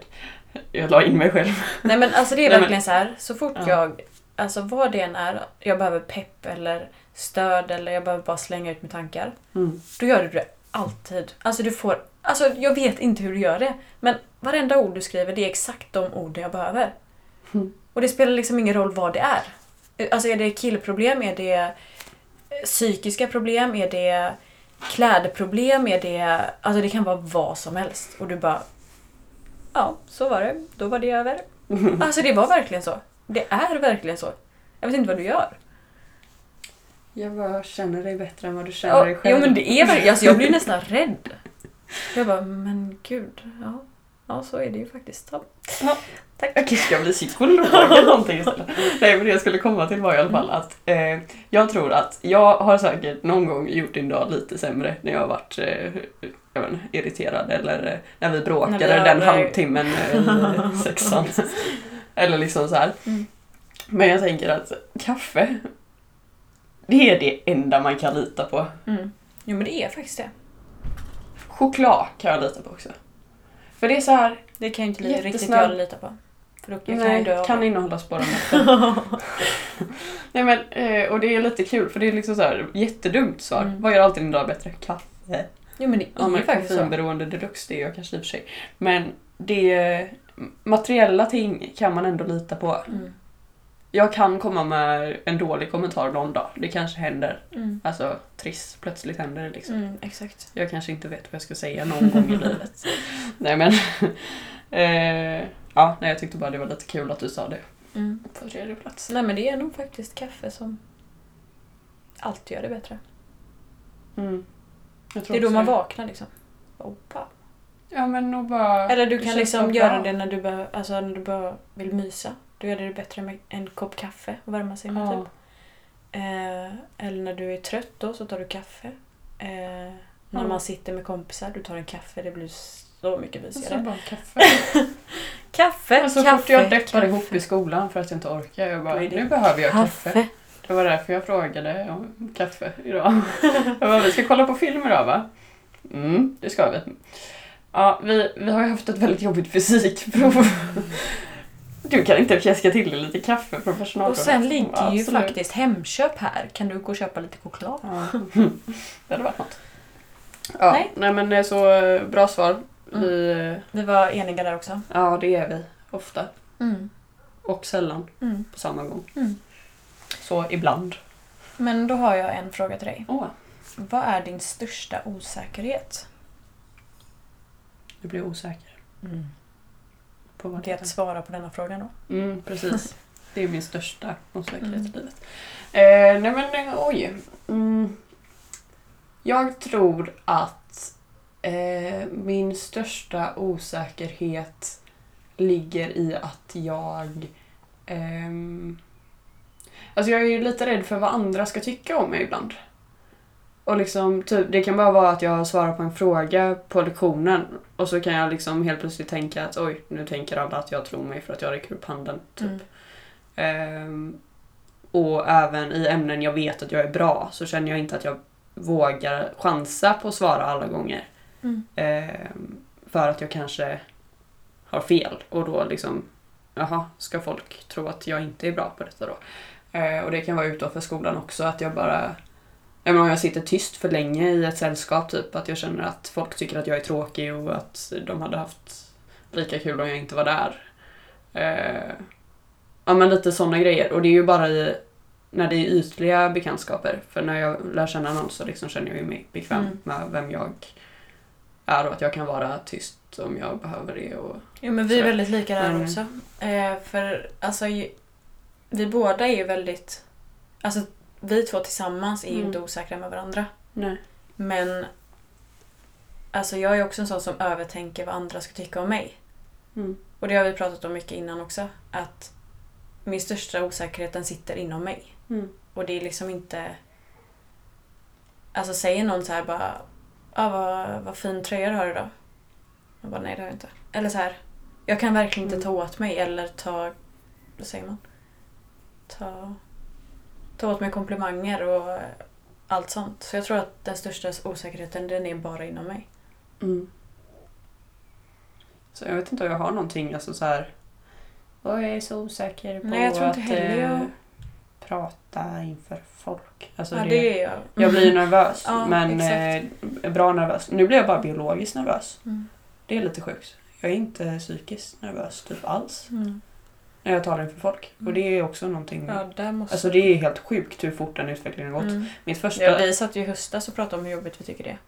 [SPEAKER 2] Jag la in mig själv.
[SPEAKER 1] Nej men alltså det är
[SPEAKER 2] Nej, men-
[SPEAKER 1] verkligen så här. så fort
[SPEAKER 2] Ja.
[SPEAKER 1] jag, alltså vad det än är, jag behöver pepp eller stöd eller jag behöver bara slänga ut mina tankar.
[SPEAKER 2] Mm.
[SPEAKER 1] Då gör du det alltid. Alltså du får... Alltså jag vet inte hur du gör det. Men varenda ord du skriver, det är exakt de orden jag behöver.
[SPEAKER 2] Mm.
[SPEAKER 1] Och det spelar liksom ingen roll vad det är. Alltså är det killproblem? Är det eh, psykiska problem? Är det klädproblem? Är det... Alltså det kan vara vad som helst. Och du bara... Ja, så var det. Då var det över.
[SPEAKER 2] Mm.
[SPEAKER 1] Alltså det var verkligen så. Det är verkligen så. Jag vet inte vad du gör.
[SPEAKER 2] Jag bara känner dig bättre än vad du känner
[SPEAKER 1] Ja,
[SPEAKER 2] dig själv.
[SPEAKER 1] jo men det är verkligen, alltså jag blir nästan rädd. Jag bara, men gud. Ja, ja så är det ju faktiskt. Ja.
[SPEAKER 2] Ja.
[SPEAKER 1] Tack.
[SPEAKER 2] Jag kanske ska bli psykolog eller någonting istället. Nej men det jag skulle komma till var i alla fall att eh, jag tror att jag har säkert någon gång gjort din dag lite sämre när jag har varit eh, jag vet inte, irriterad eller eh, när vi bråkade
[SPEAKER 1] När vi
[SPEAKER 2] den
[SPEAKER 1] över-
[SPEAKER 2] halvtimmen eh, i sexan. eller liksom så här.
[SPEAKER 1] Mm.
[SPEAKER 2] Men jag tänker att kaffe, det är det enda man kan lita på.
[SPEAKER 1] Mm. Jo men det är faktiskt det.
[SPEAKER 2] Choklad kan jag lita på också. För det är så här,
[SPEAKER 1] Det kan ju inte li-
[SPEAKER 2] Jättesnabb.
[SPEAKER 1] riktigt jag lita på. För då kan jag ju dö
[SPEAKER 2] Nej,
[SPEAKER 1] av
[SPEAKER 2] kan
[SPEAKER 1] det.
[SPEAKER 2] innehålla spårämnen. Nej men, eh, och det är lite kul för det är liksom så här jättedumt svar.
[SPEAKER 1] Mm.
[SPEAKER 2] Vad gör alltid din dag bättre? Kaffe.
[SPEAKER 1] Jo men det är
[SPEAKER 2] Ja men
[SPEAKER 1] ju faktiskt så.
[SPEAKER 2] koffeinberoende deluxe, det är jag kanske i och för sig. Men det, materiella ting kan man ändå lita på.
[SPEAKER 1] Mm.
[SPEAKER 2] Jag kan komma med en dålig kommentar någon dag. Det kanske händer.
[SPEAKER 1] Mm.
[SPEAKER 2] Alltså triss, plötsligt händer det liksom.
[SPEAKER 1] Mm, exakt.
[SPEAKER 2] Jag kanske inte vet vad jag ska säga någon gång i livet. Nej men. eh, ja, nej, jag tyckte bara det var lite kul att du sa det.
[SPEAKER 1] Mm.
[SPEAKER 2] På tredje plats.
[SPEAKER 1] Nej men det är nog faktiskt kaffe som alltid gör det bättre.
[SPEAKER 2] Mm. Jag
[SPEAKER 1] Det är då man vaknar liksom. Opa.
[SPEAKER 2] Ja men nog bara...
[SPEAKER 1] Eller du
[SPEAKER 2] Det
[SPEAKER 1] kan
[SPEAKER 2] känns
[SPEAKER 1] liksom
[SPEAKER 2] bara
[SPEAKER 1] göra
[SPEAKER 2] bra.
[SPEAKER 1] det när du, behöver, alltså när du bara vill mysa. Då gör du det bättre med en kopp kaffe och värma sig med.
[SPEAKER 2] Ja.
[SPEAKER 1] Typ. Eh, eller när du är trött då så tar du kaffe. Eh, När
[SPEAKER 2] Ja.
[SPEAKER 1] man sitter med kompisar, du tar en kaffe. Det blir så mycket
[SPEAKER 2] Alltså
[SPEAKER 1] mysigare.
[SPEAKER 2] bara kaffe.
[SPEAKER 1] Kaffe,
[SPEAKER 2] Alltså
[SPEAKER 1] kaffe,
[SPEAKER 2] fort jag deppar
[SPEAKER 1] kaffe.
[SPEAKER 2] ihop i skolan för att jag inte orkar. Jag bara,
[SPEAKER 1] Då är det
[SPEAKER 2] nu behöver jag kaffe.
[SPEAKER 1] Kaffe.
[SPEAKER 2] Det var därför jag frågade om kaffe idag. Jag bara, vi ska kolla på film idag va? Mm, det ska vi. Ja, vi, vi har ju haft ett väldigt jobbigt fysikprov. Du kan inte fjäska till dig lite kaffe från personalprovet.
[SPEAKER 1] Och sen ligger
[SPEAKER 2] Ja,
[SPEAKER 1] ju
[SPEAKER 2] absolut.
[SPEAKER 1] faktiskt Hemköp här. Kan du gå och köpa lite choklad?
[SPEAKER 2] Ja. Det hade varit något. Ja,
[SPEAKER 1] Nej. Mm.
[SPEAKER 2] nej. men eh, så eh, bra svar. Vi, eh,
[SPEAKER 1] Vi var eniga där också.
[SPEAKER 2] ja det är vi. Ofta.
[SPEAKER 1] Mm.
[SPEAKER 2] Och sällan
[SPEAKER 1] Mm.
[SPEAKER 2] på samma gång.
[SPEAKER 1] Mm.
[SPEAKER 2] Så ibland.
[SPEAKER 1] Men då har jag en fråga till dig.
[SPEAKER 2] Åh,
[SPEAKER 1] Vad är din största osäkerhet?
[SPEAKER 2] nu blir jag osäker på vad
[SPEAKER 1] Det är att svara på denna frågan då.
[SPEAKER 2] Mm, precis. Det är min största osäkerhet
[SPEAKER 1] Mm.
[SPEAKER 2] i livet. Eh, nej men eh, oj. Mm. Jag tror att eh, min största osäkerhet ligger i att jag... ehm, alltså jag är ju lite rädd för vad andra ska tycka om mig ibland. Och liksom, typ, det kan bara vara att jag svarar på en fråga på lektionen och så kan jag liksom helt plötsligt tänka att oj, nu tänker alla att jag tror mig för att jag räcker upp handen. Typ.
[SPEAKER 1] Mm.
[SPEAKER 2] Ehm, och även i ämnen jag vet att jag är bra så känner jag inte att jag vågar chansa på att svara alla gånger.
[SPEAKER 1] Mm.
[SPEAKER 2] Ehm, för att jag kanske har fel och då liksom, jaha, ska folk tro att jag inte är bra på detta då? Ehm, och det kan vara utanför skolan också, att jag bara jag menar, om jag sitter tyst för länge i ett sällskap, typ att jag känner att folk tycker att jag är tråkig och att de hade haft lika kul om jag inte var där. Eh, ja men lite sådana grejer. Och det är ju bara i, när det är ytliga bekantskaper. För när jag lär känna någon så liksom känner jag ju mig bekväm
[SPEAKER 1] Mm.
[SPEAKER 2] med vem jag är och att jag kan vara tyst om jag behöver det. Och,
[SPEAKER 1] Jo men vi är
[SPEAKER 2] Så.
[SPEAKER 1] väldigt lika där
[SPEAKER 2] Mm.
[SPEAKER 1] också. Eh, för alltså ju- vi båda är ju väldigt... Alltså vi två tillsammans är ju
[SPEAKER 2] Mm.
[SPEAKER 1] inte osäkra med varandra.
[SPEAKER 2] nej.
[SPEAKER 1] Men alltså jag är också en sån som övertänker vad andra ska tycka om mig.
[SPEAKER 2] Mm.
[SPEAKER 1] Och det har vi pratat om mycket innan också. Att min största osäkerhet den sitter inom mig.
[SPEAKER 2] Mm.
[SPEAKER 1] Och det är liksom inte... Alltså säger någon så här bara ah, vad, vad fin tröja du har idag. Jag bara nej det har jag inte. Eller så här. Jag kan verkligen inte
[SPEAKER 2] Mm.
[SPEAKER 1] ta åt mig eller ta... Vad säger man? Ta, ta åt mig komplimanger och allt sånt. Så jag tror att den största osäkerheten den är bara inom mig.
[SPEAKER 2] Mm. Så jag vet inte om jag har någonting, alltså så här. "Åh, jag är så osäker på
[SPEAKER 1] Nej, jag tror
[SPEAKER 2] att
[SPEAKER 1] inte heller
[SPEAKER 2] eh,
[SPEAKER 1] jag-
[SPEAKER 2] prata inför folk. Alltså
[SPEAKER 1] ja,
[SPEAKER 2] det,
[SPEAKER 1] det är jag.
[SPEAKER 2] Jag blir nervös,
[SPEAKER 1] Ja,
[SPEAKER 2] men eh, bra nervös. Nu blir jag bara biologiskt nervös.
[SPEAKER 1] Mm.
[SPEAKER 2] Det är lite sjukt. Jag är inte psykiskt nervös typ alls
[SPEAKER 1] Mm.
[SPEAKER 2] när jag talar inför folk. Och det är också någonting...
[SPEAKER 1] Ja, där måste...
[SPEAKER 2] Alltså det är helt sjukt hur fort den utvecklingen har gått.
[SPEAKER 1] mm.
[SPEAKER 2] Mitt första...
[SPEAKER 1] ja, vi satt ju i höstas och pratade om hur jobbigt vi tycker det är.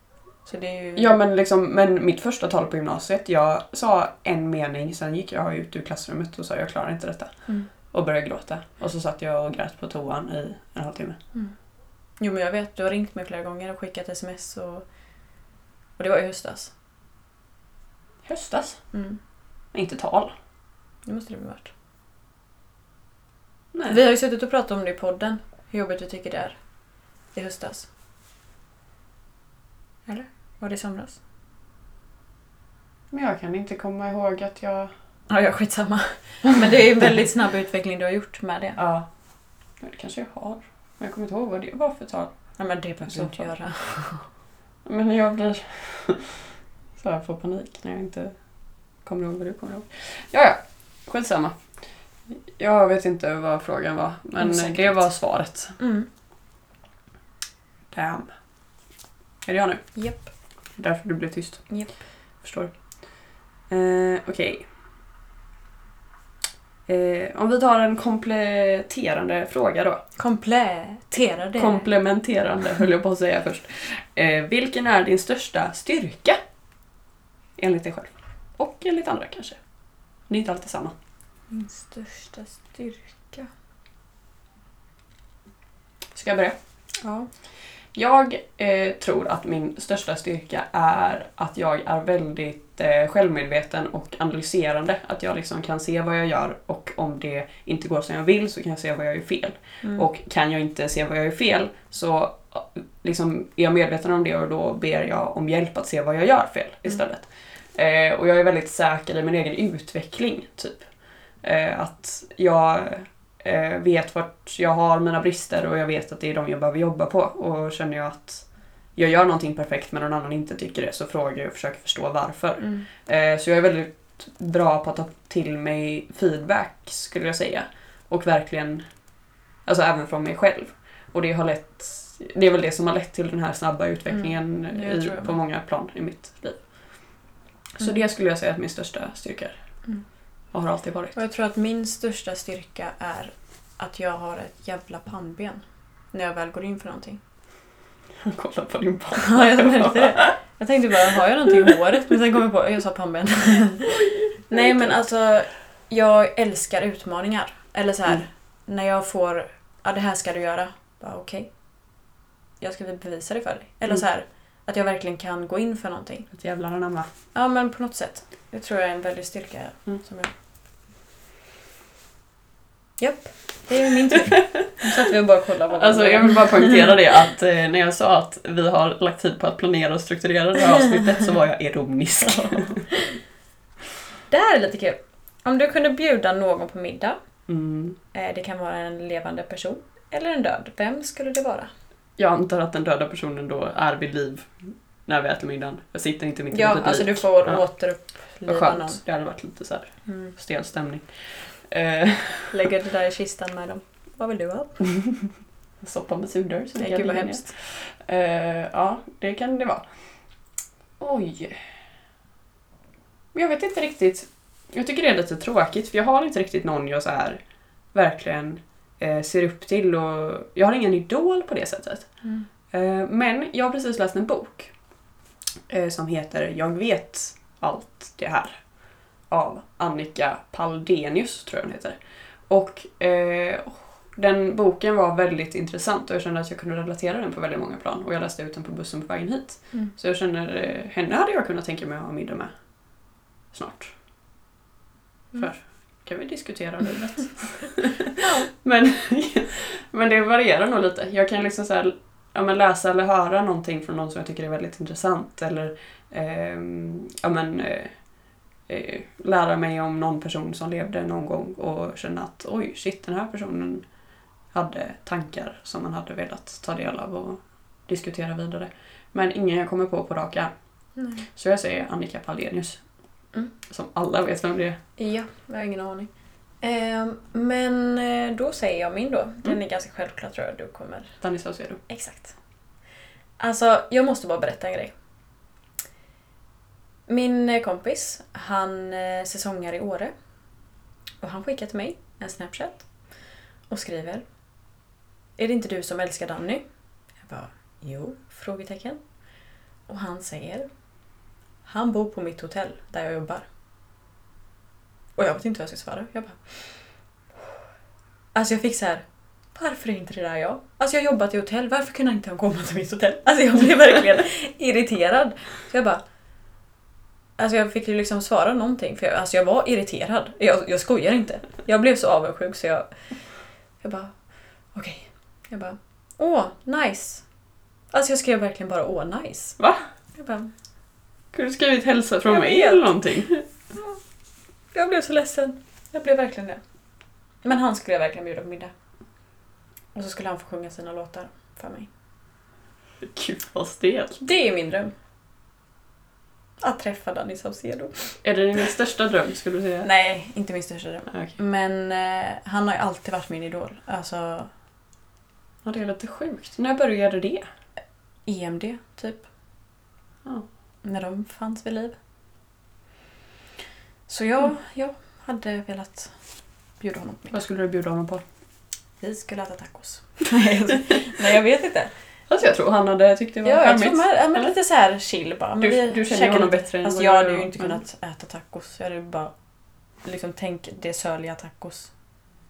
[SPEAKER 1] Så det är ju...
[SPEAKER 2] Ja men, liksom, men mitt första tal på gymnasiet, jag sa en mening, sen gick jag ut ur klassrummet och sa jag klarar inte detta.
[SPEAKER 1] Mm.
[SPEAKER 2] Och började gråta. Och så satt jag och grät på toan i en halvtimme.
[SPEAKER 1] Mm. Jo men jag vet, du har ringt mig flera gånger och skickat sms och, och det var i höstas.
[SPEAKER 2] Höstas?
[SPEAKER 1] Mm.
[SPEAKER 2] Inte tal.
[SPEAKER 1] Det måste det väl varit.
[SPEAKER 2] Nej.
[SPEAKER 1] Vi har ju suttit och pratat om det i podden, hur jobbigt du tycker det är i höstas. Eller? Var det i somras?
[SPEAKER 2] Men jag kan inte komma ihåg att jag...
[SPEAKER 1] Ja, ja skitsamma. Men det är ju en väldigt snabb utveckling du har gjort med det.
[SPEAKER 2] Ja. Men det kanske jag har. Men jag kommer inte ihåg vad det var för tal.
[SPEAKER 1] Nej men det behöver du inte göra.
[SPEAKER 2] Men jag blir... så här, får panik när jag inte kommer ihåg vad du kommer ihåg. Ja, ja. Skitsamma. Jag vet inte vad frågan var, men
[SPEAKER 1] Osäkerhet.
[SPEAKER 2] det var svaret.
[SPEAKER 1] Mm.
[SPEAKER 2] Damn. Är det jag nu?
[SPEAKER 1] Japp.
[SPEAKER 2] Därför du blev tyst?
[SPEAKER 1] Japp.
[SPEAKER 2] Förstår. Eh, Okej. Eh, om vi tar en kompletterande fråga då.
[SPEAKER 1] Komplettera det.
[SPEAKER 2] Komplementerande höll jag på att säga först. Eh, vilken är din största styrka? Enligt dig själv. Och enligt andra kanske. Det är inte alltid samma.
[SPEAKER 1] Min största styrka.
[SPEAKER 2] Ska jag börja?
[SPEAKER 1] Ja.
[SPEAKER 2] Jag eh, tror att min största styrka är att jag är väldigt eh, självmedveten och analyserande. Att jag liksom kan se vad jag gör och om det inte går som jag vill så kan jag se vad jag gör fel.
[SPEAKER 1] Mm.
[SPEAKER 2] Och kan jag inte se vad jag gör fel så eh, liksom, är jag medveten om det och då ber jag om hjälp att se vad jag gör fel istället. Eh, och jag är väldigt säker i min egen utveckling, typ. Eh, att jag eh, vet vart jag har mina brister och jag vet att det är de jag behöver jobba på. Och känner jag att jag gör någonting perfekt men någon annan inte tycker det så frågar jag och försöker förstå varför.
[SPEAKER 1] Mm.
[SPEAKER 2] Eh, Så jag är väldigt bra på att ta till mig feedback skulle jag säga. Och verkligen, alltså även från mig själv. Och det har lett, det är väl det som har lett till den här snabba utvecklingen
[SPEAKER 1] Mm, det
[SPEAKER 2] i,
[SPEAKER 1] tror jag
[SPEAKER 2] på
[SPEAKER 1] med.
[SPEAKER 2] många plan i mitt liv. Så
[SPEAKER 1] Mm.
[SPEAKER 2] det skulle jag säga att min största styrka är.
[SPEAKER 1] Mm.
[SPEAKER 2] Och har alltid varit.
[SPEAKER 1] Och jag tror att min största styrka är att jag har ett jävla pannben när jag väl går in för någonting.
[SPEAKER 2] Kolla på din pappa.
[SPEAKER 1] Ja, jag märkte det. Jag tänkte bara, har jag någonting i håret? Men sen kom jag på, jag sa pannben. Nej men alltså, jag älskar utmaningar. Eller alltså så här,
[SPEAKER 2] Mm.
[SPEAKER 1] när jag får, ja det här ska du göra. Bara okej. Jag ska väl bevisa det för dig. Eller
[SPEAKER 2] Mm.
[SPEAKER 1] så här, att jag verkligen kan gå in för någonting.
[SPEAKER 2] Ett jävlar anamma.
[SPEAKER 1] Ja men på Mm. något sätt. Det tror jag är en väldig styrka
[SPEAKER 2] Mm.
[SPEAKER 1] som jag Japp, det är min tur. Nu satt vi och bara kollade vad det
[SPEAKER 2] Alltså
[SPEAKER 1] var.
[SPEAKER 2] jag vill bara poängtera det att eh, när jag sa att vi har lagt tid på att planera och strukturera det här avsnittet så var jag ironisk.
[SPEAKER 1] Det här är lite kul. Om du kunde bjuda någon på middag,
[SPEAKER 2] Mm.
[SPEAKER 1] eh, det kan vara en levande person eller en död, vem skulle det vara?
[SPEAKER 2] Jag antar att den döda personen då är vid liv när vi äter middagen. Jag sitter inte mitt
[SPEAKER 1] Ja,
[SPEAKER 2] emot ett
[SPEAKER 1] alltså
[SPEAKER 2] lik.
[SPEAKER 1] du får
[SPEAKER 2] Ja. Vad
[SPEAKER 1] återuppliva någon.
[SPEAKER 2] skönt. Det hade varit lite så här
[SPEAKER 1] Mm.
[SPEAKER 2] stel stämning. Eh,
[SPEAKER 1] Lägger det där i kistan med dem. Vad vill du ha?
[SPEAKER 2] soppa med surdörr. som
[SPEAKER 1] Nej,
[SPEAKER 2] jag
[SPEAKER 1] gud vad
[SPEAKER 2] gillar.
[SPEAKER 1] hemskt.
[SPEAKER 2] Eh, ja, det kan det vara. Oj. Men jag vet inte riktigt. Jag tycker det är lite tråkigt för jag har inte riktigt någon jag så här verkligen eh, ser upp till och jag har ingen idol på det sättet.
[SPEAKER 1] Mm.
[SPEAKER 2] Eh, men jag har precis läst en bok eh, som heter Jag vet allt det här av Annika Paldenius tror jag hon heter. Och eh, den boken var väldigt intressant och jag kände att jag kunde relatera den på väldigt många plan. Och jag läste ut den på bussen på vägen hit.
[SPEAKER 1] Mm.
[SPEAKER 2] Så jag känner, eh, henne hade jag kunnat tänka mig att ha middag med snart.
[SPEAKER 1] Mm.
[SPEAKER 2] För kan vi diskutera livet. men, men det varierar nog lite. Jag kan liksom så här, ja, men läsa eller höra någonting från någon som jag tycker är väldigt intressant. Eller ehm, ja, men, eh, eh, lära mig om någon person som levde någon gång och känna att oj, shit, den här personen hade tankar som man hade velat ta del av och diskutera vidare. Men ingen jag kommer på på rak arm.
[SPEAKER 1] Nej.
[SPEAKER 2] Så jag säger Annika Pallenius.
[SPEAKER 1] Mm.
[SPEAKER 2] Som alla vet vem det är.
[SPEAKER 1] Ja, jag har ingen aning. Ehm, men eh, då säger jag min då. Den är ganska självklar tror jag du kommer
[SPEAKER 2] Danny Saucedo.
[SPEAKER 1] Exakt. Alltså, jag måste bara berätta en grej. Min eh, kompis, han eh, säsongar i Åre. Och han skickar till mig en Snapchat och skriver Är det inte du som älskar Danny? Jag bara, jo? Frågetecken. Och han säger Han bor på mitt hotell där jag jobbar. Och jag vet inte hur jag ska svara. Jag bara... Alltså jag fick så här varför är inte det där jag? Alltså jag har jobbat i hotell, varför kunde inte han komma till mitt hotell? Alltså jag blev verkligen irriterad. Så jag bara... Alltså jag fick ju liksom svara någonting, för jag, alltså jag var irriterad. Jag, jag skojar inte. Jag blev så avundsjuk så jag... Jag bara... Okej. Jag bara... Åh, nice. Alltså jag skrev verkligen bara åh, nice.
[SPEAKER 2] Va?
[SPEAKER 1] Jag bara...
[SPEAKER 2] Kunde du skrivit hälsa från
[SPEAKER 1] Jag
[SPEAKER 2] mig
[SPEAKER 1] vet.
[SPEAKER 2] eller någonting?
[SPEAKER 1] Jag blev så ledsen. Jag blev verkligen det. Men han skulle jag verkligen bjuda på middag. Och så skulle han få sjunga sina låtar för mig.
[SPEAKER 2] Gud vad stelt.
[SPEAKER 1] Det är min dröm. Att träffa Danny Saucedo.
[SPEAKER 2] Är det din största dröm skulle du säga? Ah,
[SPEAKER 1] Nej, inte min största dröm.
[SPEAKER 2] Okej.
[SPEAKER 1] Men eh, han har ju alltid varit min idol. Alltså
[SPEAKER 2] Ja, det är lite sjukt. När började det?
[SPEAKER 1] EMD, typ.
[SPEAKER 2] Ja.
[SPEAKER 1] När de fanns vid liv. Så jag, jag hade velat bjuda honom på middag.
[SPEAKER 2] Vad skulle du bjuda honom på?
[SPEAKER 1] Vi skulle äta tacos. Nej, jag- Nej, jag vet inte.
[SPEAKER 2] Alltså jag tror han hade tyckt det var
[SPEAKER 1] Ja, jag
[SPEAKER 2] charmigt.
[SPEAKER 1] tror med, ja, men
[SPEAKER 2] Eller?
[SPEAKER 1] lite så här chill bara. Men
[SPEAKER 2] Du,
[SPEAKER 1] vi
[SPEAKER 2] du känner
[SPEAKER 1] käkar
[SPEAKER 2] ju honom
[SPEAKER 1] lite.
[SPEAKER 2] bättre än
[SPEAKER 1] Alltså
[SPEAKER 2] vad
[SPEAKER 1] jag hade
[SPEAKER 2] gör.
[SPEAKER 1] ju inte kunnat äta tacos. Jag hade bara liksom tänkt det sörliga tacos.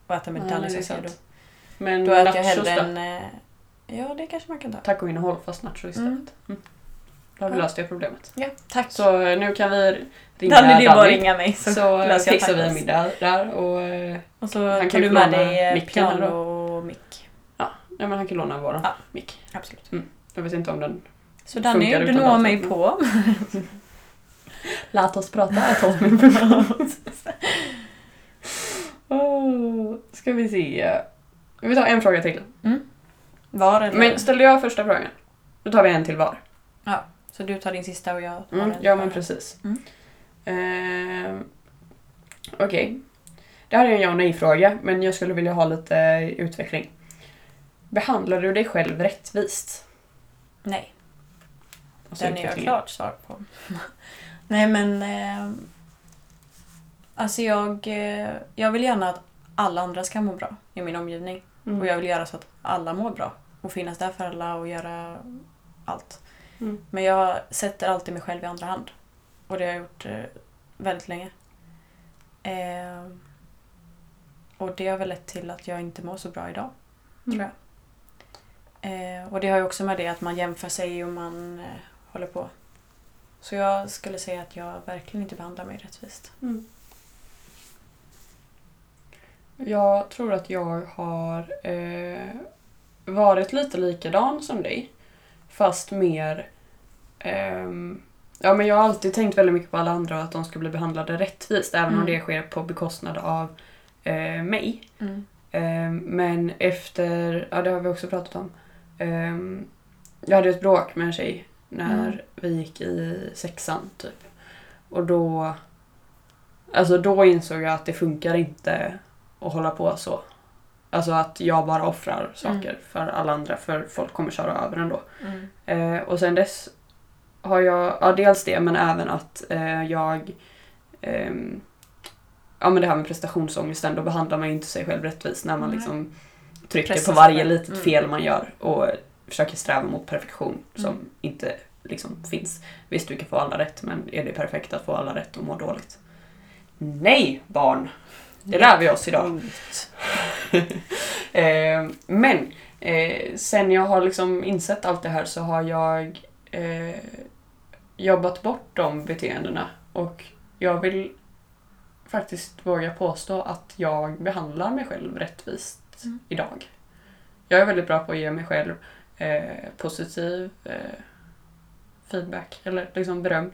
[SPEAKER 1] Och äta med
[SPEAKER 2] Ja,
[SPEAKER 1] Danny
[SPEAKER 2] det är
[SPEAKER 1] Saucedo.
[SPEAKER 2] sant. Men
[SPEAKER 1] Då äter jag
[SPEAKER 2] nachos
[SPEAKER 1] hellre
[SPEAKER 2] då?
[SPEAKER 1] en... eh, Ja, det kanske man kan ta.
[SPEAKER 2] Tacoinnehåll fast nacho istället.
[SPEAKER 1] Mm.
[SPEAKER 2] Då har vi
[SPEAKER 1] Ja.
[SPEAKER 2] löst det problemet.
[SPEAKER 1] Ja, tack.
[SPEAKER 2] Så eh, nu kan vi ringa
[SPEAKER 1] Danny, det är bara att
[SPEAKER 2] Danny.
[SPEAKER 1] ringa mig så,
[SPEAKER 2] Så eh,
[SPEAKER 1] löser jag
[SPEAKER 2] fixar vi en
[SPEAKER 1] tacos.
[SPEAKER 2] middag där och eh,
[SPEAKER 1] Och så
[SPEAKER 2] Han kan
[SPEAKER 1] tar
[SPEAKER 2] ju
[SPEAKER 1] du med
[SPEAKER 2] låna
[SPEAKER 1] dig eh,
[SPEAKER 2] micken eller
[SPEAKER 1] piano och mick.
[SPEAKER 2] nej, men han kan låna våran
[SPEAKER 1] Ja.
[SPEAKER 2] mick.
[SPEAKER 1] Absolut.
[SPEAKER 2] Jag vet inte om den...
[SPEAKER 1] Så Danny,
[SPEAKER 2] Mm. Funkar
[SPEAKER 1] du
[SPEAKER 2] utan
[SPEAKER 1] når
[SPEAKER 2] dator.
[SPEAKER 1] mig på...
[SPEAKER 2] Låt oss prata ett år. oh, ska vi se. Vi tar en fråga till.
[SPEAKER 1] Var eller...
[SPEAKER 2] Men ställde jag första frågan? Då tar vi en till var.
[SPEAKER 1] Så du tar din sista och jag tar
[SPEAKER 2] Mm,
[SPEAKER 1] den.
[SPEAKER 2] ja men precis.
[SPEAKER 1] Mm.
[SPEAKER 2] Ehm, Okej. Det här är en ja och nej-fråga, men jag skulle vilja ha lite utveckling. Behandlar du dig själv rättvist?
[SPEAKER 1] Nej,
[SPEAKER 2] Och så
[SPEAKER 1] den är jag
[SPEAKER 2] utvecklingen.
[SPEAKER 1] klart svar på. Nej men... Eh, alltså jag, eh, jag vill gärna att alla andra ska må bra i min omgivning.
[SPEAKER 2] Mm.
[SPEAKER 1] Och jag vill göra så att alla mår bra. Och finnas där för alla och göra allt.
[SPEAKER 2] Mm.
[SPEAKER 1] Men jag sätter alltid mig själv i andra hand. Och det har jag gjort eh, väldigt länge. Eh, och det har väl lett till att jag inte mår så bra idag.
[SPEAKER 2] Mm.
[SPEAKER 1] Tror jag. Eh, och det har ju också med det att man jämför sig och man eh, håller på. Så jag skulle säga att jag verkligen inte behandlar mig rättvist.
[SPEAKER 2] Jag tror att jag har eh, varit lite likadan som dig. Fast mer... ehm, ja, men jag har alltid tänkt väldigt mycket på alla andra och att de ska bli behandlade rättvist. Även om
[SPEAKER 1] Mm.
[SPEAKER 2] det sker på bekostnad av eh, mig.
[SPEAKER 1] Mm.
[SPEAKER 2] Ehm, Men efter, ja det har vi också pratat om. Ehm, Jag hade ett bråk med en tjej när
[SPEAKER 1] Mm.
[SPEAKER 2] vi gick i sexan typ. Och då, alltså då insåg jag att det funkar inte att hålla på så. Alltså att jag bara offrar saker för alla andra för folk kommer köra över ändå.
[SPEAKER 1] Mm.
[SPEAKER 2] Eh, och sen dess har jag, ja dels det men även att eh, jag, ehm, ja men det här med prestationsångest ändå behandlar man ju inte sig själv rättvist när man
[SPEAKER 1] Nej.
[SPEAKER 2] liksom trycker
[SPEAKER 1] Pressar
[SPEAKER 2] på varje
[SPEAKER 1] sig själv.
[SPEAKER 2] litet
[SPEAKER 1] Mm.
[SPEAKER 2] fel man gör och försöker sträva mot perfektion som
[SPEAKER 1] Mm.
[SPEAKER 2] inte liksom finns. Visst du kan få alla rätt men är det perfekt att få alla rätt och må dåligt? Nej barn! Det lär vi oss idag. Eh, men eh, sen jag har liksom insett allt det här så har jag eh, jobbat bort de beteendena och jag vill faktiskt våga påstå att jag behandlar mig själv rättvist
[SPEAKER 1] Mm.
[SPEAKER 2] idag. Jag är väldigt bra på att ge mig själv eh, positiv eh, feedback, eller liksom beröm.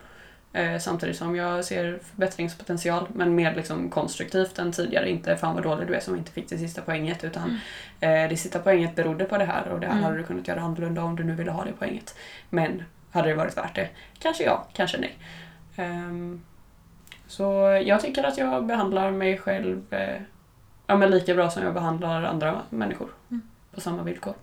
[SPEAKER 2] Eh, samtidigt som jag ser förbättringspotential, men mer liksom konstruktivt än tidigare. Inte fan vad dålig du är som inte fick det sista poänget, utan Eh, det sista poänget berodde på det här och det här
[SPEAKER 1] Mm.
[SPEAKER 2] hade du kunnat göra annorlunda om du nu ville ha det poänget. Men hade det varit värt det? Kanske ja, kanske nej. Ehm, så eh, jag tycker att jag behandlar mig själv eh, ja, men lika bra som jag behandlar andra människor.
[SPEAKER 1] Mm.
[SPEAKER 2] På samma villkor.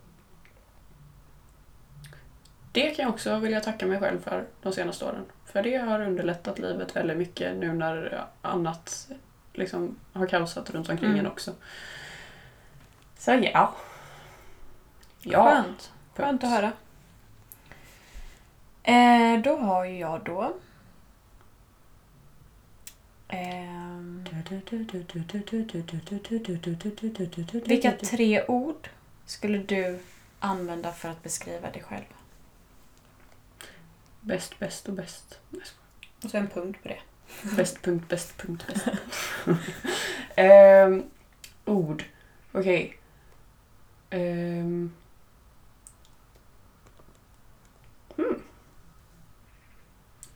[SPEAKER 2] Det kan jag också vilja tacka mig själv för de senaste åren. För det har underlättat livet väldigt mycket nu när annat liksom har kaosat runt omkring
[SPEAKER 1] Mm.
[SPEAKER 2] en också. Så ja. Ja.
[SPEAKER 1] Skönt. Skönt att höra. Eh, då har ju jag då... Ehm, vilka tre ord skulle du använda för att beskriva dig själv?
[SPEAKER 2] Bäst, bäst och bäst.
[SPEAKER 1] Och så en punkt på det.
[SPEAKER 2] Bäst, punkt, bäst, punkt, bäst. Ehm, ord. Okej. Ehm. Hmm.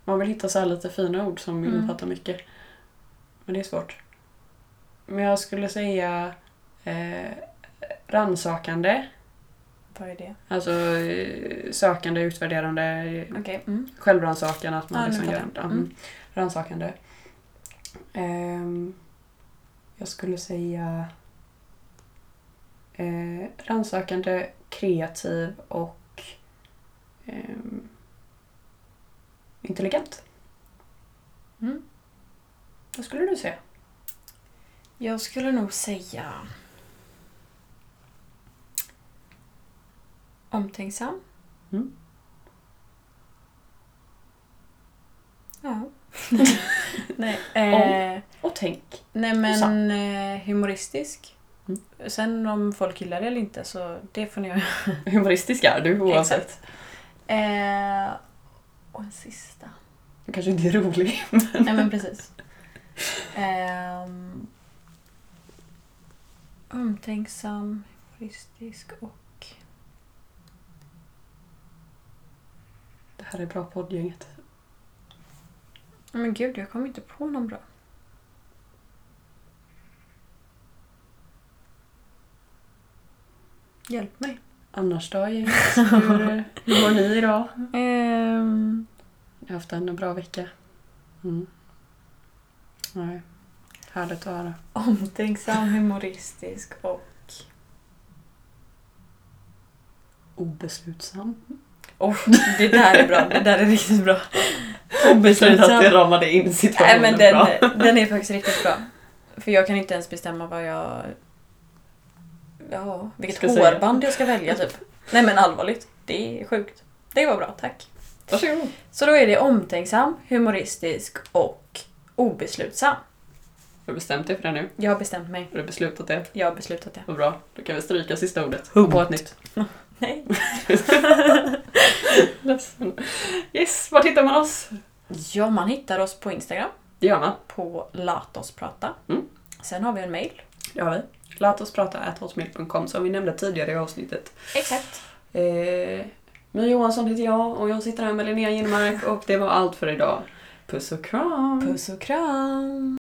[SPEAKER 2] Man vill hitta så här lite fina ord som
[SPEAKER 1] Mm.
[SPEAKER 2] innefattar mycket. Men det är svårt. Men jag skulle säga eh, rannsakande.
[SPEAKER 1] Vad är det?
[SPEAKER 2] Alltså eh, sökande, utvärderande,
[SPEAKER 1] Okej. Mm.
[SPEAKER 2] självrannsakan, att man
[SPEAKER 1] Ja, nu
[SPEAKER 2] liksom
[SPEAKER 1] fattar
[SPEAKER 2] gör
[SPEAKER 1] jag.
[SPEAKER 2] mm.
[SPEAKER 1] Mm.
[SPEAKER 2] rannsakande. Ehm, jag skulle säga eh, rannsakande, kreativ och ehm, intelligent.
[SPEAKER 1] Mm.
[SPEAKER 2] Vad skulle du säga?
[SPEAKER 1] Jag skulle nog säga... Omtänksam.
[SPEAKER 2] Mm.
[SPEAKER 1] Ja. nej, eh,
[SPEAKER 2] Och tänk.
[SPEAKER 1] nej men eh, humoristisk.
[SPEAKER 2] Mm.
[SPEAKER 1] Sen om folk gillar det eller inte så det får ni göra.
[SPEAKER 2] Humoristisk är du oavsett.
[SPEAKER 1] Eh, och en sista.
[SPEAKER 2] Du kanske inte är rolig.
[SPEAKER 1] Nej men precis. Ehm, omtänksam, humoristisk och...
[SPEAKER 2] Det här är bra poddgänget.
[SPEAKER 1] Men gud, jag kommer inte på någon bra. Hjälp mig.
[SPEAKER 2] Annars då gänget? Hur hur mår ni idag?
[SPEAKER 1] Ehm,
[SPEAKER 2] Jag har haft en bra vecka. Mm. Nej. Härligt att höra.
[SPEAKER 1] omtänksam, humoristisk och...
[SPEAKER 2] Obeslutsam.
[SPEAKER 1] Oh, det där är bra. Det där är riktigt bra.
[SPEAKER 2] Obeslutsam.
[SPEAKER 1] Obeslutsam.
[SPEAKER 2] ramade in
[SPEAKER 1] Nej,
[SPEAKER 2] situationen
[SPEAKER 1] men den, den är faktiskt riktigt bra. För jag kan inte ens bestämma vad jag... Ja, vilket
[SPEAKER 2] Ska säga.
[SPEAKER 1] hårband jag ska välja typ. Nej men allvarligt, det är sjukt. Det var bra, tack.
[SPEAKER 2] Varsågod.
[SPEAKER 1] Så då är det omtänksam, humoristisk och obeslutsam.
[SPEAKER 2] Har du bestämt dig för det nu?
[SPEAKER 1] Jag har bestämt mig.
[SPEAKER 2] Har du beslutat det?
[SPEAKER 1] Jag har beslutat det.
[SPEAKER 2] Vad bra. Då kan vi stryka sista ordet. Hugg. På ett nytt.
[SPEAKER 1] Nej.
[SPEAKER 2] Ledsen. Yes, var hittar man oss?
[SPEAKER 1] Ja, man hittar oss på Instagram,
[SPEAKER 2] Det gör man.
[SPEAKER 1] på latossprata.
[SPEAKER 2] Mm.
[SPEAKER 1] Sen har vi en mail,
[SPEAKER 2] Det har vi. Låt oss prata at hotmail.com som vi nämnde tidigare i avsnittet.
[SPEAKER 1] Exakt.
[SPEAKER 2] Eh, My Johansson heter jag och jag sitter här med Linnea Gillmark och det var allt för idag. Puss och kram!
[SPEAKER 1] Puss och kram!